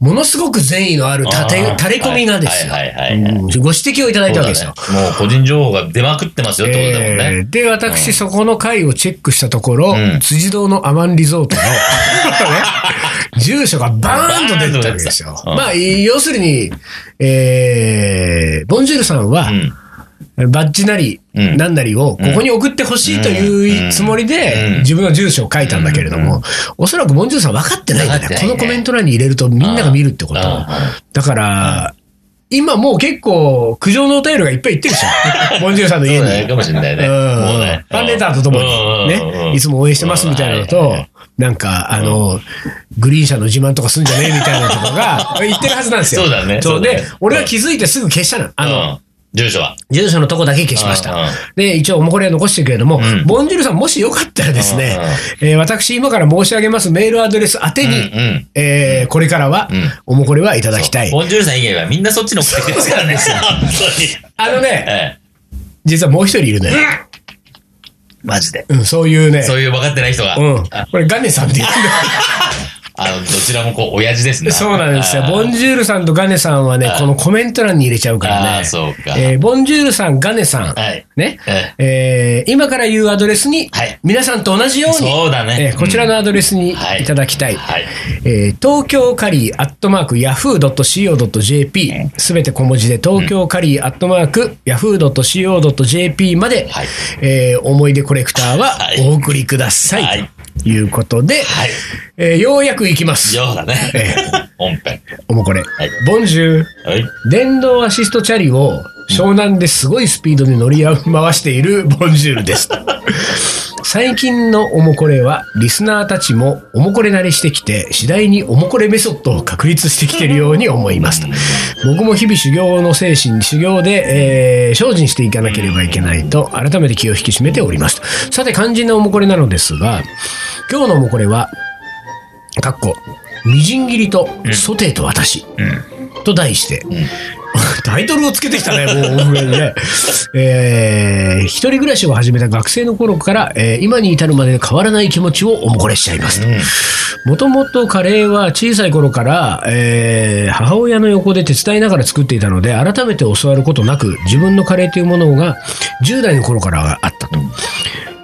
[SPEAKER 1] ものすごく善意のあるたて
[SPEAKER 2] あー
[SPEAKER 1] 垂れ込みがですよ。
[SPEAKER 2] はいはいはいは
[SPEAKER 1] う
[SPEAKER 2] い
[SPEAKER 1] んご指摘をいただいたわけですよ。
[SPEAKER 2] そうだねもう個人情報が出まくってますよってことだもん
[SPEAKER 1] え
[SPEAKER 2] ね。
[SPEAKER 1] ーで、私、そこの回をチェックしたところ、
[SPEAKER 2] うん
[SPEAKER 1] 辻堂のアマンリゾー トの、ね住所がバーンと出てたわけですよ
[SPEAKER 2] バーンと出て。たうん
[SPEAKER 1] まあ、要するに、えーボンジュールさんは、
[SPEAKER 2] うん。
[SPEAKER 1] バッジなり、
[SPEAKER 2] うん
[SPEAKER 1] なんなりをここに送ってほしいというつもり
[SPEAKER 2] うん
[SPEAKER 1] で、自分の住所を書いたんだけれども、おそらくボンジュールさん分かってないんだ
[SPEAKER 2] 分か
[SPEAKER 1] ね。
[SPEAKER 2] って
[SPEAKER 1] こ
[SPEAKER 2] ないね
[SPEAKER 1] のコメント欄に入れるとみんなが見るってことを
[SPEAKER 2] うんうん。
[SPEAKER 1] だから、今もう結構苦情のお便りがいっぱい行ってるでし ょ。ボンジュールさんの
[SPEAKER 2] そ
[SPEAKER 1] 家
[SPEAKER 2] うだね、
[SPEAKER 1] に。
[SPEAKER 2] かもしれないね。もうね。
[SPEAKER 1] ファンレターとともに
[SPEAKER 2] うんうんうんう
[SPEAKER 1] ね、
[SPEAKER 2] ん
[SPEAKER 1] いつも応援してますみたいなの
[SPEAKER 2] うん
[SPEAKER 1] と
[SPEAKER 2] はい、
[SPEAKER 1] なんか、あの、グリーン車の自慢とかすんじゃねえみたいなのとかが 言ってるはずなんですよ。
[SPEAKER 2] そうだね
[SPEAKER 1] そう
[SPEAKER 2] そうだ
[SPEAKER 1] で
[SPEAKER 2] ね、
[SPEAKER 1] 俺は気づいてすぐ消したの。あの、
[SPEAKER 2] うん住所は。
[SPEAKER 1] 住所のとこだけ消しまし
[SPEAKER 2] うんう
[SPEAKER 1] た
[SPEAKER 2] ん。
[SPEAKER 1] で、一応おもこれは残してるけれども、
[SPEAKER 2] ん
[SPEAKER 1] ボンジュールさん、もしよかったらですね、えー私、今から申し上げますメールアドレス宛て
[SPEAKER 2] うんう
[SPEAKER 1] に、
[SPEAKER 2] ん。
[SPEAKER 1] えーこれからは
[SPEAKER 2] ん、
[SPEAKER 1] おもこれはいただきたい。
[SPEAKER 2] ボンジュールさん以外はみんなそっちの送ってきてます からね。本当に。
[SPEAKER 1] あのね、
[SPEAKER 2] ええ
[SPEAKER 1] 実はもう一人いるのよ。
[SPEAKER 2] マジで。
[SPEAKER 1] うん、そういうね、
[SPEAKER 2] そういう分かってない人が。
[SPEAKER 1] うん、これガネさんって言うんだ
[SPEAKER 2] あの、どちらもこう、親父ですね。
[SPEAKER 1] そうなんですよ。
[SPEAKER 2] あー
[SPEAKER 1] ボンジュールさんとガネさんはね、このコメント欄に入れちゃうから
[SPEAKER 2] あー
[SPEAKER 1] ね。
[SPEAKER 2] そうか
[SPEAKER 1] えーボンジュールさん、ガネさん、
[SPEAKER 2] はい
[SPEAKER 1] ね、
[SPEAKER 2] え
[SPEAKER 1] えー今から言うアドレスに、
[SPEAKER 2] はい
[SPEAKER 1] 皆さんと同じように、
[SPEAKER 2] そうだね
[SPEAKER 1] えーこちらのアドレスにい
[SPEAKER 2] んはい
[SPEAKER 1] ただきたい。
[SPEAKER 2] はい。
[SPEAKER 1] えー東京カリーアットマークヤフー .co.jp すべて小文字で東京カリーアットマークヤフー .co.jp まで、
[SPEAKER 2] はい
[SPEAKER 1] えー思い出コレクターは
[SPEAKER 2] はい
[SPEAKER 1] お送りください、
[SPEAKER 2] はい
[SPEAKER 1] ということで、
[SPEAKER 2] はい。
[SPEAKER 1] えーようやく行きます
[SPEAKER 2] ようだね。本編。
[SPEAKER 1] おもこれ、
[SPEAKER 2] い
[SPEAKER 1] ボンジュール
[SPEAKER 2] はい。
[SPEAKER 1] 電動アシストチャリを湘南ですごいスピードで乗り回しているボンジュールです。最近のおもこれはリスナーたちもおもこれ慣れしてきて次第におもこれメソッドを確立してきているように思いますと僕も日々修行の精神修行で、えー精進していかなければいけないと改めて気を引き締めておりますとさて肝心なおもこれなのですが今日のおもこれはかっこみじん切りとソテーと私、と題して、 タイトルをつけてきた ね、もう、お風呂にね。えー、一人暮らしを始めた学生の頃から、えー今に至るまで変わらない気持ちをおもこれしちゃいますと。もともとカレーは小さい頃から、えー母親の横で手伝いながら作っていたので、改めて教わることなく、自分のカレーというものが10代の頃からあったと。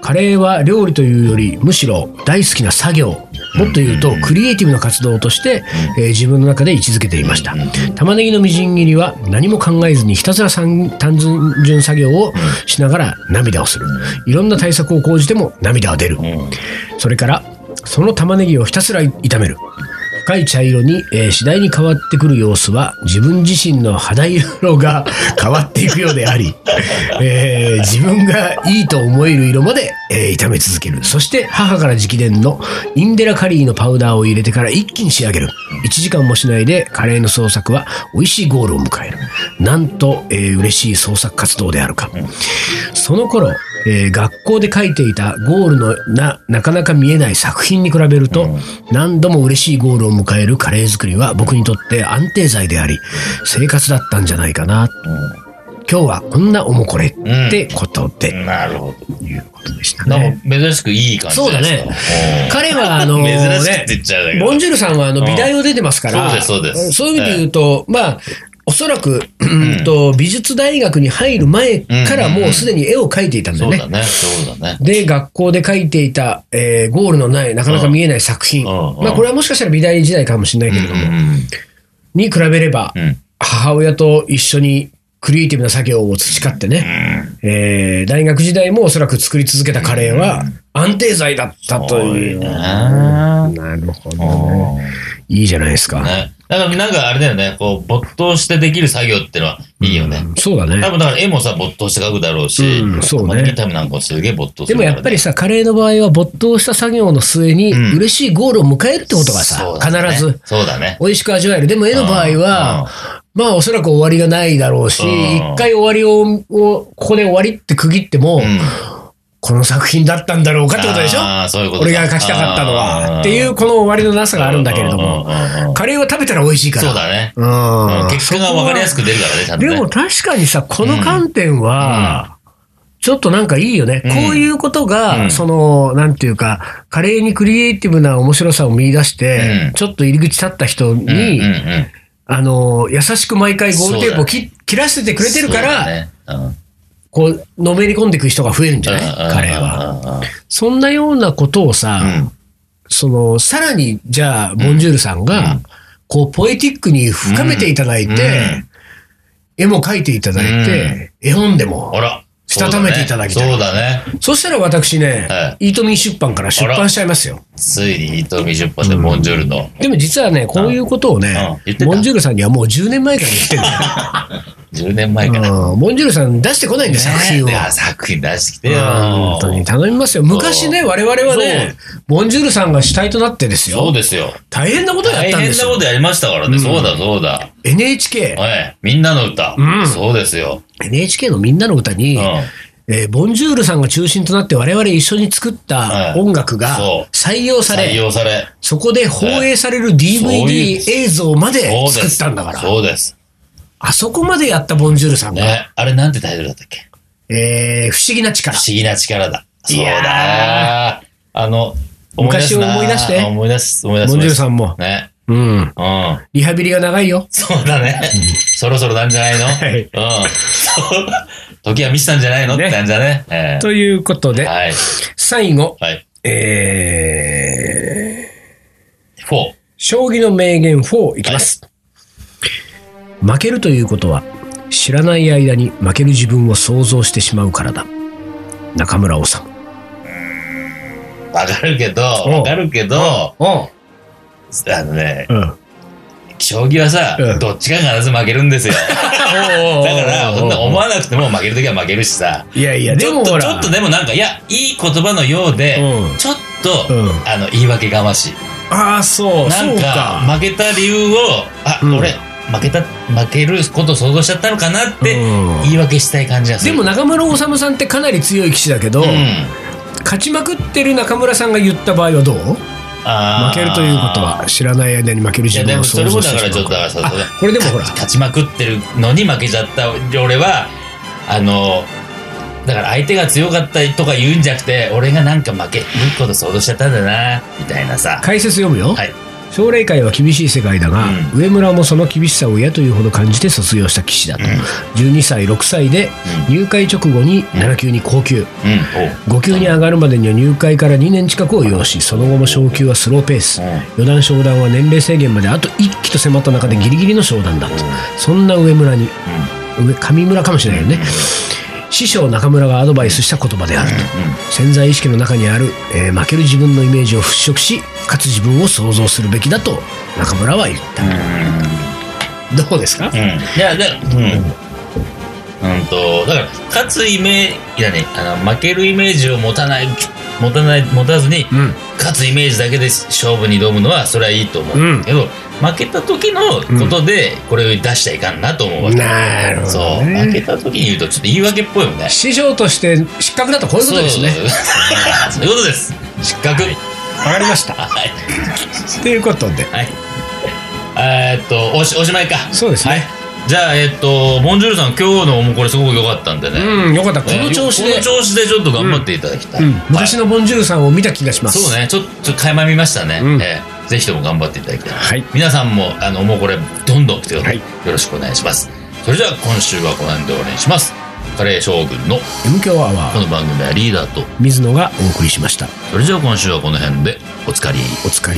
[SPEAKER 1] カレーは料理というよりむしろ大好きな作業もっと言うとクリエイティブな活動として、えー自分の中で位置づけていました玉ねぎのみじん切りは何も考えずにひたすらさん単純作業をしながら涙をするいろんな対策を講じても涙は出るそれからその玉ねぎをひたすら炒める深い茶色に、えー次第に変わってくる様子は自分自身の肌色が 変わっていくようであり、えー自分がいいと思える色まで、えー炒め続けるそして母から直伝のインデラカリーのパウダーを入れてから一気に仕上げる1時間もしないでカレーの創作は美味しいゴールを迎えるなんと、えー嬉しい創作活動であるかその頃、えー学校で書いていたゴールのな、なかなか見えない作品に比べると、何度も嬉しいゴールを迎えるカレー作りは僕にとって安定剤であり、生活だったんじゃないかな。今日はこんなおもこれってことで、
[SPEAKER 2] なるほ
[SPEAKER 1] ということでした
[SPEAKER 2] ど。な
[SPEAKER 1] ね。
[SPEAKER 2] んか珍しくいい感じ
[SPEAKER 1] そうだね彼はあのー
[SPEAKER 2] 珍しくって言っちゃうだけど
[SPEAKER 1] ボンジュールさんはあの美大を出てますから、
[SPEAKER 2] うんそうですそうです
[SPEAKER 1] そういう意味で言うと、まあ、おそらく、うんと、美術大学に入る前からもうすでに絵を描いていたんだ
[SPEAKER 2] そ
[SPEAKER 1] よ
[SPEAKER 2] う
[SPEAKER 1] ね。
[SPEAKER 2] だね。そうだね。
[SPEAKER 1] で、学校で書いていた、えーゴールのない、なかなか見えない作品。
[SPEAKER 2] うんうん
[SPEAKER 1] まあ、これはもしかしたら美大時代かもしれないけれども、に比べれば、
[SPEAKER 2] うん。うん。
[SPEAKER 1] 母親と一緒にクリエイティブな作業を培ってね、えー大学時代もおそらく作り続けたカレーは安定剤だったという。
[SPEAKER 2] そうだね
[SPEAKER 1] なるほどね。いいじゃないですか。
[SPEAKER 2] ね。だからなんかあれだよね、こう、没頭してできる作業ってのはいいよね。
[SPEAKER 1] そうだ
[SPEAKER 2] 多
[SPEAKER 1] ね。
[SPEAKER 2] 分だから絵もさ、没頭して描くだろうし、
[SPEAKER 1] うんそうね
[SPEAKER 2] 玉ねぎタイムなんかもすげえ没頭す
[SPEAKER 1] で
[SPEAKER 2] る
[SPEAKER 1] もやっぱりさ、カレーの場合は没頭した作業の末に、
[SPEAKER 2] うん
[SPEAKER 1] 嬉しいゴールを迎えるってことが
[SPEAKER 2] そ
[SPEAKER 1] さ
[SPEAKER 2] う、だね
[SPEAKER 1] 必ず。
[SPEAKER 2] そうだね。
[SPEAKER 1] 美味しく味わえる。でも絵の場合は、まあおそらく終わりがないだろうし、
[SPEAKER 2] うん
[SPEAKER 1] 一回終わりを、をここで終わりって区切っても、
[SPEAKER 2] うん。
[SPEAKER 1] この作品だったんだろうかってことでしょ
[SPEAKER 2] あーそういうこと
[SPEAKER 1] 俺が描きたかったの
[SPEAKER 2] あー
[SPEAKER 1] は。っていうこの終わりのなさがあるんだけれども
[SPEAKER 2] うんうんうんうんうん、
[SPEAKER 1] カレーは食べたら美味しいから。
[SPEAKER 2] そうだね。
[SPEAKER 1] うん。
[SPEAKER 2] 結果が分かりやすく出るからね、ちゃんと
[SPEAKER 1] で
[SPEAKER 2] ね。
[SPEAKER 1] も確かにさ、この観点は、ちょっとなんかいいよね。
[SPEAKER 2] うん
[SPEAKER 1] こういうことが、
[SPEAKER 2] うん
[SPEAKER 1] その、なんていうか、カレーにクリエイティブな面白さを見出して、
[SPEAKER 2] うん
[SPEAKER 1] ちょっと入り口立った人に、
[SPEAKER 2] うんうんうん
[SPEAKER 1] あの、優しく毎回ゴールテープを切切らせてくれてるか
[SPEAKER 2] そうだ
[SPEAKER 1] ら、
[SPEAKER 2] ねうん
[SPEAKER 1] こう、のめり込んでいく人が増えるんじゃないカレーは。
[SPEAKER 2] は。
[SPEAKER 1] そんなようなことをさ、
[SPEAKER 2] うん
[SPEAKER 1] その、さらに、じゃあ、ボンジュールさんが、こう、ポエティックに深めていただいて、
[SPEAKER 2] うん
[SPEAKER 1] 絵も描いていただいて、絵本でも。
[SPEAKER 2] あら。
[SPEAKER 1] したためていただきたい
[SPEAKER 2] そうだね。
[SPEAKER 1] そしたら私ね、
[SPEAKER 2] は
[SPEAKER 1] イートミン出版から出版しちゃいますよ。
[SPEAKER 2] ついに伊藤美出版でボンジョルの。
[SPEAKER 1] でも実はね、こういうことを
[SPEAKER 2] うん
[SPEAKER 1] ね
[SPEAKER 2] 言って、た
[SPEAKER 1] ボンジュールさんにはもう10年前から言ってるん
[SPEAKER 2] 10年前から。
[SPEAKER 1] だようん。ボンジュールさん出してこないんだよ、作品を。
[SPEAKER 2] ねいや作品出してきてよ。
[SPEAKER 1] 本当に頼みますよ。昔ね、
[SPEAKER 2] そう
[SPEAKER 1] 我々はね、ボンジュールさんが主体となってです
[SPEAKER 2] そう
[SPEAKER 1] よ。
[SPEAKER 2] ですよ。
[SPEAKER 1] 大変なことをやっ
[SPEAKER 2] 大
[SPEAKER 1] たんで
[SPEAKER 2] 変
[SPEAKER 1] す
[SPEAKER 2] な
[SPEAKER 1] よ
[SPEAKER 2] こ。とやりましたからね。そうだそうだ。
[SPEAKER 1] NHK、
[SPEAKER 2] はい。みんなの歌。
[SPEAKER 1] うん
[SPEAKER 2] そうですよ。
[SPEAKER 1] NHK のみんなの歌に、
[SPEAKER 2] うん
[SPEAKER 1] えーボンジュールさんが中心となって我々一緒に作った
[SPEAKER 2] うん
[SPEAKER 1] 音楽が
[SPEAKER 2] そう
[SPEAKER 1] 採用さ
[SPEAKER 2] 採
[SPEAKER 1] れ、
[SPEAKER 2] 用され。
[SPEAKER 1] そこで放映される
[SPEAKER 2] そうい
[SPEAKER 1] DVD
[SPEAKER 2] う
[SPEAKER 1] 映像まで
[SPEAKER 2] そう
[SPEAKER 1] 作っ
[SPEAKER 2] です。
[SPEAKER 1] たんだから。
[SPEAKER 2] そうです。
[SPEAKER 1] あそこまでやったボンジュールさんが、
[SPEAKER 2] ね。あれなんてタイトルだったっけ
[SPEAKER 1] えー不思議な力
[SPEAKER 2] 不。思議な力だ。そう
[SPEAKER 1] いや
[SPEAKER 2] だ。あの、
[SPEAKER 1] 昔を思い出して
[SPEAKER 2] あ思い出す、思い出す。
[SPEAKER 1] モンジュール
[SPEAKER 2] ん。
[SPEAKER 1] さんも。
[SPEAKER 2] ね。
[SPEAKER 1] うん。
[SPEAKER 2] うん。
[SPEAKER 1] リハビリが長いよ。
[SPEAKER 2] そうだね。そろそろなんじゃないの
[SPEAKER 1] い
[SPEAKER 2] うん。そう時は満ちたんじゃないのっ
[SPEAKER 1] ね
[SPEAKER 2] て感じだね。え
[SPEAKER 1] ということ
[SPEAKER 2] え
[SPEAKER 1] で、
[SPEAKER 2] はい。
[SPEAKER 1] 最後、
[SPEAKER 2] はい。
[SPEAKER 1] えー、
[SPEAKER 2] フォー。
[SPEAKER 1] 将棋の名言4いきます、負けるということは知らない間に負ける自分を想像してしまうからだ中村王さん
[SPEAKER 2] わかるけど、
[SPEAKER 1] うん
[SPEAKER 2] わかるけど、あ
[SPEAKER 1] お
[SPEAKER 2] のね、
[SPEAKER 1] うんお
[SPEAKER 2] 将棋はさ、
[SPEAKER 1] うん
[SPEAKER 2] どっちが必ず負けるんです よ。だから、そんな思わなくても負けるときは負けるしさ。
[SPEAKER 1] いやいや
[SPEAKER 2] ち
[SPEAKER 1] で
[SPEAKER 2] ょ
[SPEAKER 1] も
[SPEAKER 2] っ
[SPEAKER 1] ほ
[SPEAKER 2] と、
[SPEAKER 1] ら
[SPEAKER 2] ちょっとでもなんか、いや、いい言葉のようで、
[SPEAKER 1] うん
[SPEAKER 2] ちょっと、
[SPEAKER 1] うん
[SPEAKER 2] あの、言い訳がましい。
[SPEAKER 1] ああそう
[SPEAKER 2] なん
[SPEAKER 1] そう
[SPEAKER 2] か、
[SPEAKER 1] か
[SPEAKER 2] 負けた理由を、あ、
[SPEAKER 1] うん
[SPEAKER 2] 俺、負けた、負けることを想像しちゃったのかなって、
[SPEAKER 1] うん
[SPEAKER 2] 言い訳したい感じがす
[SPEAKER 1] で
[SPEAKER 2] る。
[SPEAKER 1] も、中村治さんってかなり強い棋士だけど、
[SPEAKER 2] うん。
[SPEAKER 1] 勝ちまくってる中村さんが言った場合はどう負
[SPEAKER 2] 負
[SPEAKER 1] けるということは知らない間に負ける
[SPEAKER 2] い
[SPEAKER 1] 自
[SPEAKER 2] やで
[SPEAKER 1] 分
[SPEAKER 2] も
[SPEAKER 1] を
[SPEAKER 2] そ
[SPEAKER 1] 想
[SPEAKER 2] れも
[SPEAKER 1] 像し
[SPEAKER 2] だ
[SPEAKER 1] て
[SPEAKER 2] から
[SPEAKER 1] し
[SPEAKER 2] ち
[SPEAKER 1] まうか
[SPEAKER 2] ょっとだかららさそれ
[SPEAKER 1] あこれでもほら
[SPEAKER 2] 勝ちまくってるのに負けちゃった俺はあのだから相手が強かったとか言うんじゃなくて俺がなんか負けること想像しちゃったんだなみたいなさ
[SPEAKER 1] 解説読むよ、
[SPEAKER 2] はい
[SPEAKER 1] 奨励会は厳しい世界だが、上村もその厳しさを嫌というほど感じて卒業した棋士だと、12歳6歳で入会直後に7級に高級
[SPEAKER 2] うん
[SPEAKER 1] 5級に上がるまでには入会から2年近くを要しその後も昇級はスローペース
[SPEAKER 2] う
[SPEAKER 1] 四
[SPEAKER 2] ん
[SPEAKER 1] 段昇段は年齢制限まであと1期と迫った中でギリギリの昇段だとそんな上村に上上村かもしれないよね師匠中村がアドバイスした言葉であると潜在意識の中にある、えー負ける自分のイメージを払拭し勝つ自分を想像するべきだと中村は言った、どうですか、
[SPEAKER 2] うんうんいやだうんうんとだから勝つイメージだねあの負けるイメージを持たない持たない持たずに
[SPEAKER 1] うん
[SPEAKER 2] 勝つイメージだけで勝負に挑むのはそれはいいと思うけど、負けた時のことでこれを出しちゃいかんなと思うわけ、
[SPEAKER 1] なるほ
[SPEAKER 2] そ
[SPEAKER 1] ど
[SPEAKER 2] う負
[SPEAKER 1] ね
[SPEAKER 2] けた時に言うとちょっと言い訳っぽいもんね
[SPEAKER 1] 師匠として失格だとこういうことですね
[SPEAKER 2] そうそうそうそういうことです失格
[SPEAKER 1] わかりました
[SPEAKER 2] はい、
[SPEAKER 1] ということで
[SPEAKER 2] はい、えーっとおしおしまいか
[SPEAKER 1] そうですね
[SPEAKER 2] はい、じゃあえーっとモンジュールさん今日のもこれすごく良かったんでね、
[SPEAKER 1] うんよかったこ
[SPEAKER 2] え
[SPEAKER 1] の
[SPEAKER 2] ー
[SPEAKER 1] 調子
[SPEAKER 2] こ
[SPEAKER 1] で
[SPEAKER 2] の、調子でちょっと頑張っていただきたい、
[SPEAKER 1] うん
[SPEAKER 2] はい
[SPEAKER 1] 昔のボンジュールさんを見た気がします
[SPEAKER 2] そうね、ちょっと垣間見ましたね、
[SPEAKER 1] うん
[SPEAKER 2] えーぜひとも頑張っていただきたい。
[SPEAKER 1] はい
[SPEAKER 2] 皆さんも、あの、もうこれ、どんどん来てください
[SPEAKER 1] は
[SPEAKER 2] よろしくお願いします。それでは、今週はこの辺で終わりにします。カレー将軍の
[SPEAKER 1] M 強ア
[SPEAKER 2] こ
[SPEAKER 1] ワー
[SPEAKER 2] の番組はリーダーと、
[SPEAKER 1] 水野がお送りしました
[SPEAKER 2] それじゃあ今週はこの辺で、おつかり。
[SPEAKER 1] お疲れ